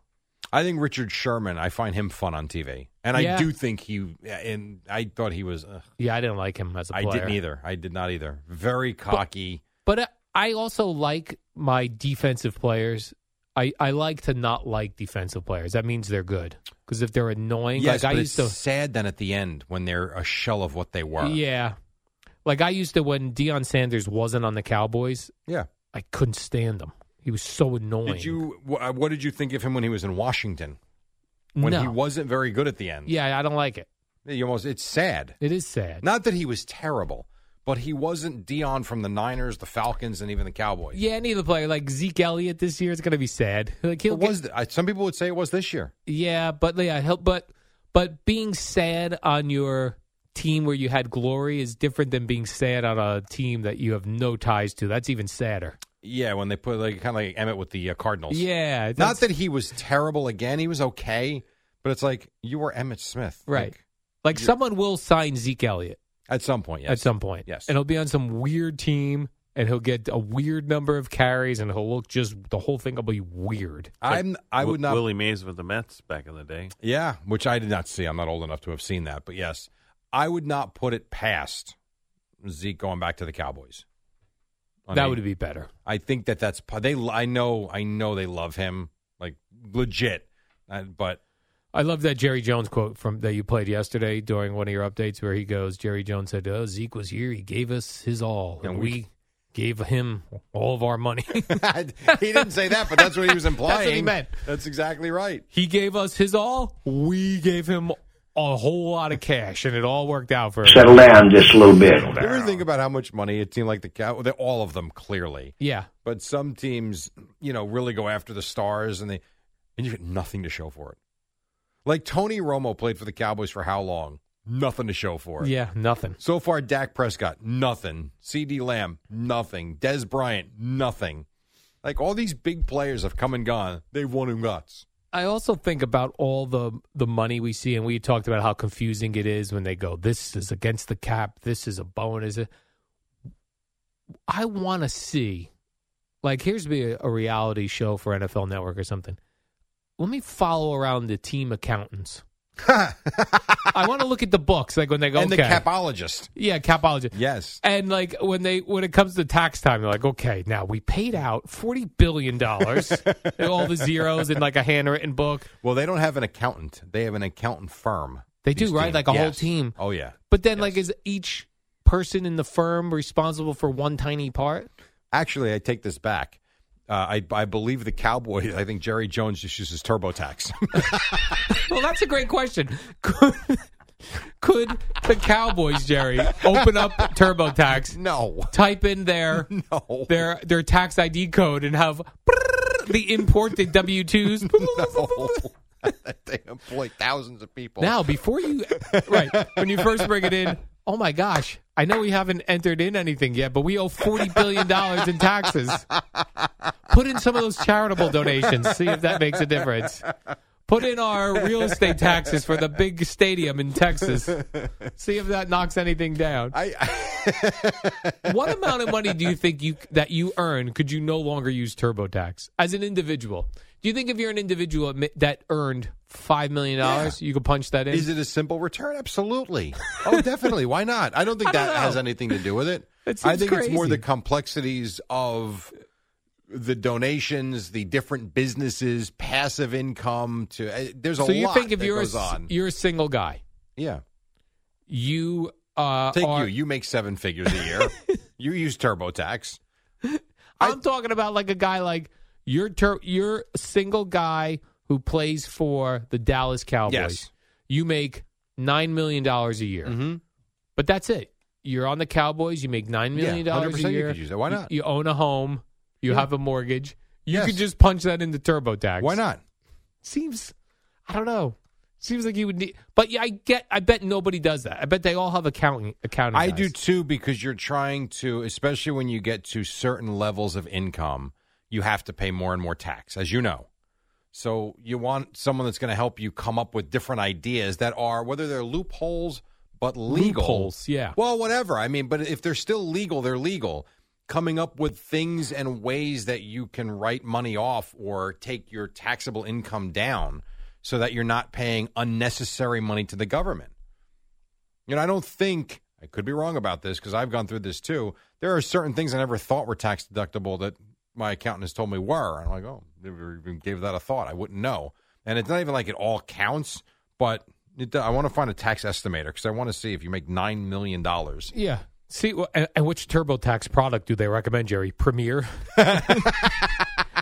I think Richard Sherman. I find him fun on TV, and
Yeah.
I do think he. And I thought he was. Ugh,
Yeah, I didn't like him as a
I
player.
didn't either. I did not either. Very cocky.
But uh, I also like my defensive players. I, I like to not like defensive players. That means they're good. Because if they're annoying,
yes,
like I
but
used
it's
to.
sad then at the end when they're a shell of what they were.
Yeah. Like I used to when Deion Sanders wasn't on the Cowboys,
Yeah.
I couldn't stand him. He was so annoying.
Did you? wh- uh, What did you think of him when he was in Washington? When
No.
he wasn't very good at the end.
Yeah, I don't like it.
You almost. It's sad.
It is sad.
Not that he was terrible, but he wasn't Dion from the Niners, the Falcons, and even the Cowboys.
Yeah, any of the player like Zeke Elliott this year is going to be sad. Like he'll
It was
get-
I, some people would say it was this year.
yeah, but yeah, he'll, but but being sad on your team where you had glory is different than being sad on a team that you have no ties to. That's even sadder.
Yeah, when they put like kind of like Emmett with the uh, Cardinals.
Yeah,
Not
that's-
that he was terrible again; he was okay, but it's like you were Emmett Smith,
Right.
Like,
Like
you're-
someone will sign Zeke Elliott
at some point, yes.
at some point.
yes.
And he'll be on some weird team and he'll get a weird number of carries and he'll look just the whole thing will be weird.
I'm. I would not.
Willie Mays with the Mets back in the day.
Yeah, which I did not see. I'm not old enough to have seen that, but yes, I would not put it past Zeke going back to the Cowboys. I
that
mean,
would be better.
I think that that's po- they. I know. I know they love him like legit, Uh, but
I love that Jerry Jones quote from that you played yesterday during one of your updates where he goes, Jerry Jones said, Oh, Zeke was here, he gave us his all. And,
And
we,
we-
gave him all of our money.
he didn't say that. But that's what he was
That's
implying.
what he meant.
That's exactly right.
He gave us his all, we gave him a whole lot of cash and it all worked out for him.
Settle down just a little bit.
You ever think about how much money a team like the Cow, they- all of them clearly,
Yeah.
but some teams, you know, really go after the stars and they, and you get nothing to show for it. Like Tony Romo played for the Cowboys for how long? Nothing to show for it.
Yeah, nothing.
So far, Dak Prescott, nothing. C.D. Lamb, nothing. Des Bryant, nothing. Like all these big players have come and gone. They've won and guts.
I also think about all the the money we see, and we talked about how confusing it is when they go, "This is against the cap. This is a bonus." I want to see, like, here's be a, a reality show for NFL Network or something. Let me follow around the team accountants. I want to look at the books, like when they go,
And the
"Okay."
capologist.
Yeah, capologist.
Yes.
And like when they when it comes to tax time, they're like, okay, now we paid out forty billion dollars, all the zeros in like a handwritten book.
Well, they don't have an accountant. They have an accountant firm.
They do,
These
right?
teams.
Like a whole
Yes.
team.
Oh yeah.
But then, like, is each person in the firm responsible for one tiny part?
Actually, I take this back. Uh, I, I believe the Cowboys. I think Jerry Jones just uses TurboTax.
Well, that's a great question. Could, could the Cowboys, Jerry, open up TurboTax?
No.
Type in their their their tax ID code and have the imported W twos.
they employ thousands of people.
Now, before you, right, when you first bring it in, oh my gosh, I know we haven't entered in anything yet, but we owe $40 billion in taxes. Put in some of those charitable donations, see if that makes a difference. Put in our real estate taxes for the big stadium in Texas, see if that knocks anything down. what amount of money do you think you that you earn could you no longer use TurboTax as an individual? Do you think if you're an individual admi- that earned $5 million, you could punch that in?
Is it a simple return? Absolutely. Oh, definitely. Why not? I don't think that has anything to do with it.
It
I
seems
think it's more
crazy.
the complexities of the donations, the different businesses, passive income. To uh, there's a
so you
lot
think if
that
you're
goes
a, s-
on.
you're a single guy,
Yeah.
you uh,
Take
are-
you. You make seven figures a year. you use TurboTax.
I'm talking about like a guy like you're ter- you're a single guy who plays for the Dallas Cowboys.
Yes. Mm-hmm.
You make nine million dollars a year, but that's it. You're on the Cowboys. You make nine million
Yeah,
dollars
100%
a
you
year.
could use that. Why
You-
not?
You, own a home. You
Yeah.
have a mortgage. You
Yes.
could just punch that into TurboTax.
Why not?
Seems. I don't know. Seems like you would need, but yeah, I get. I bet nobody does that. I bet they all have accounting. Accounting.
I
guys.
do too because you're trying to, especially when you get to certain levels of income, you have to pay more and more tax, as you know. So you want someone that's going to help you come up with different ideas that are whether they're loopholes but legal.
Loopholes, yeah.
Well, whatever. I mean, but if they're still legal, they're legal. Coming up with things and ways that you can write money off or take your taxable income down so that you're not paying unnecessary money to the government. You know, I don't think I could be wrong about this because I've gone through this too. There are certain things I never thought were tax deductible that my accountant has told me were. I'm like, oh, never even gave that a thought. I wouldn't know. And it's not even like it all counts, but it, I want to find a tax estimator because I want to see if you make nine million dollars.
Yeah. See, wh- and, and which TurboTax product do they recommend, Jerry? Premier.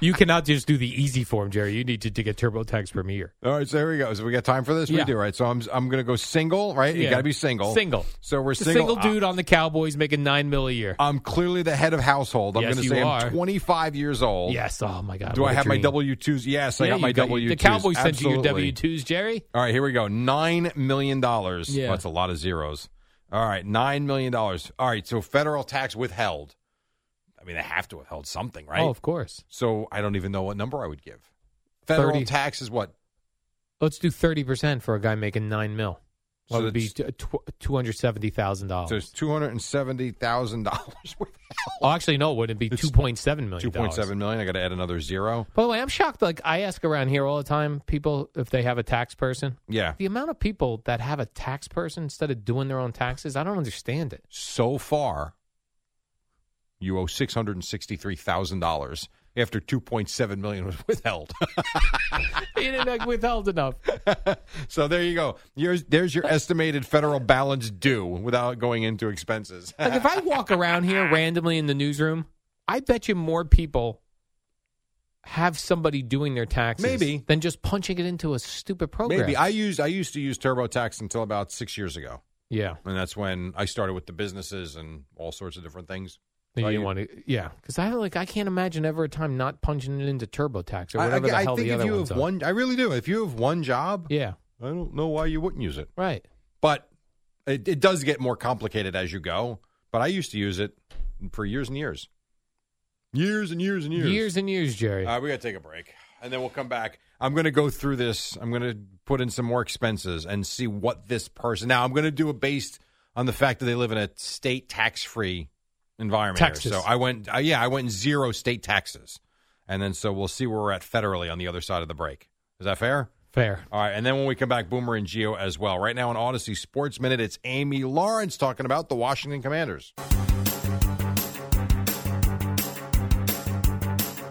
you cannot just do the easy form, Jerry. You need to, to get TurboTax Premier.
All right, so here we go. So we got time for this.
Yeah.
We do right. So I'm I'm going to go single. Right, you
Yeah.
got to be single.
Single.
So we're
The
single. uh,
single dude on the Cowboys making nine mil a year.
I'm clearly the head of household. I'm
Yes,
going to
you
say
are.
I'm 25 years old.
Yes. Oh my God.
Do
what
I
a
have my
dream.
W twos? Yes, I
Yeah,
got
you
my
got-
W
The
twos.
Cowboys sent you your
Absolutely.
W twos, Jerry.
All right, here we go. Nine million dollars.
Yeah.
that's a lot of zeros. All right, nine million dollars. All right, so federal tax withheld. I mean, they have to withheld something, right?
Oh, of course.
So I don't even know what number I would give. Federal
30.
tax is what?
Let's do thirty percent for a guy making nine mil. That
So
would be
that's-
two hundred seventy thousand
So
dollars.
it's two hundred and seventy thousand dollars.
Oh, actually, no, it wouldn't be two point seven million.
Two point seven million. I got to add another zero.
By the way, I'm shocked. Like I ask around here all the time, people if they have a tax person.
Yeah.
The amount of people that have a tax person instead of doing their own taxes, I don't understand it.
So far, you owe six hundred and sixty-three thousand dollars after two point seven million was withheld.
They didn't like, withheld enough.
So there you go. Here's, there's your estimated federal balance due without going into expenses.
Like if I walk around here randomly in the newsroom, I bet you more people have somebody doing their taxes
Maybe.
than just punching it into a stupid program.
Maybe I used I used to use TurboTax until about six years ago,
Yeah.
and that's when I started with the businesses and all sorts of different things.
You
So I
didn't
u-
want to, yeah, because I like I can't imagine ever a time not punching it into TurboTax or
I,
whatever
I-
the
I
hell
think
the other
if you
ones
have
are.
one, I really do. If you have one job,
yeah,
I don't know why you wouldn't use it.
right.
But it, it does get more complicated as you go. But I used to use it for years and years, years and years and years,
Years and years, Jerry.
Uh, we got to take a break, and then we'll come back. I'm going to go through this. I'm going to put in some more expenses and see what this person. Now, I'm going to do it based on the fact that they live in a state tax-free environment. here.
Texas.
So I went, uh, yeah, I went zero state taxes, and then so we'll see where we're at federally on the other side of the break. Is that fair?
Fair.
All right, and then when we come back, Boomer and Geo as well. Right now on Odyssey Sports Minute, it's Amy Lawrence talking about the Washington Commanders.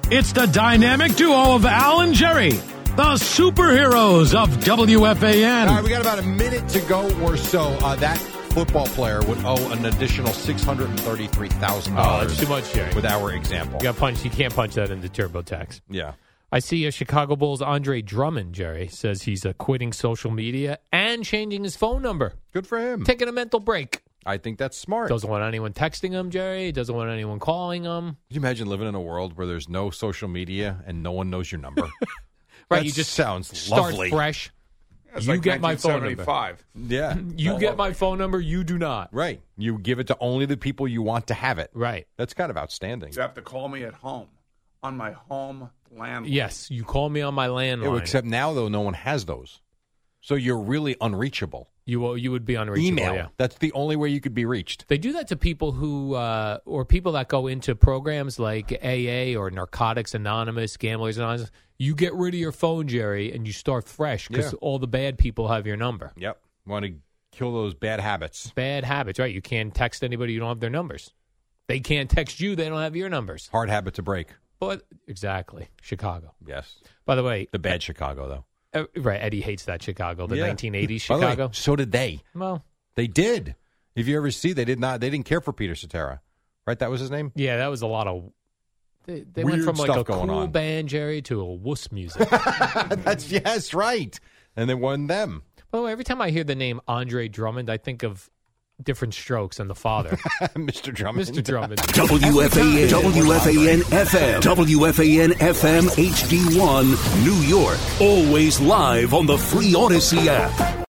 It's the dynamic duo of Al and Jerry, the superheroes of WFAN.
All right, we got about a minute to go or so. Uh, that football player would owe an additional six hundred and thirty-three thousand
Oh,
dollars.
that's too much, Jerry.
With our example,
You got punched. You can't punch that into TurboTax.
yeah.
I see a Chicago Bulls Andre Drummond, Jerry, says he's uh, quitting social media and changing his phone number,
Good for him.
taking a mental break.
I think that's smart.
Doesn't want anyone texting him, Jerry. Doesn't want anyone calling him.
Could you imagine living in a world where there's no social media and no one knows your number?
Right?
That
you just
sounds
start
lovely.
fresh. you get my phone number.
yeah,
You get my phone number. You do not.
right. You give it to only the people you want to have it.
Right.
That's kind of outstanding.
You have to call me at home on my home landline.
Yes. You call me on my landline.
Oh, Except now, though, no one has those, so you're really unreachable.
you you would be unreachable.
Email.
Yeah.
That's the only way you could be reached.
They do that to people who, uh, or people that go into programs like AA or Narcotics Anonymous, Gamblers Anonymous. You get rid of your phone, Jerry, and you start fresh because
Yeah.
all the bad people have your number.
Yep. Want to kill those bad habits.
Bad habits, right? You can't text anybody. You don't have their numbers. They can't text you. They don't have your numbers.
Hard habit to break.
But exactly, Chicago.
Yes.
By the way,
The bad Chicago, though.
uh, right? Eddie hates that Chicago, the
Yeah.
1980s
By the way,
Chicago.
so did they.
well,
They did. If you ever see, they did not. They didn't care for Peter Cetera, right? That was his name.
yeah, that was a lot of. They, they went
Weird
from like
stuff
a
going
cool
on.
band, Jerry, to a wuss music.
That's yes, right. And they won them.
By the way, every time I hear the name Andre Drummond, I think of different strokes than the father,
Mr. Drummond.
Mr. Drummond.
WFAN, WFAN FM, WFAN FM HD1, New York. Always live on the free Odyssey app.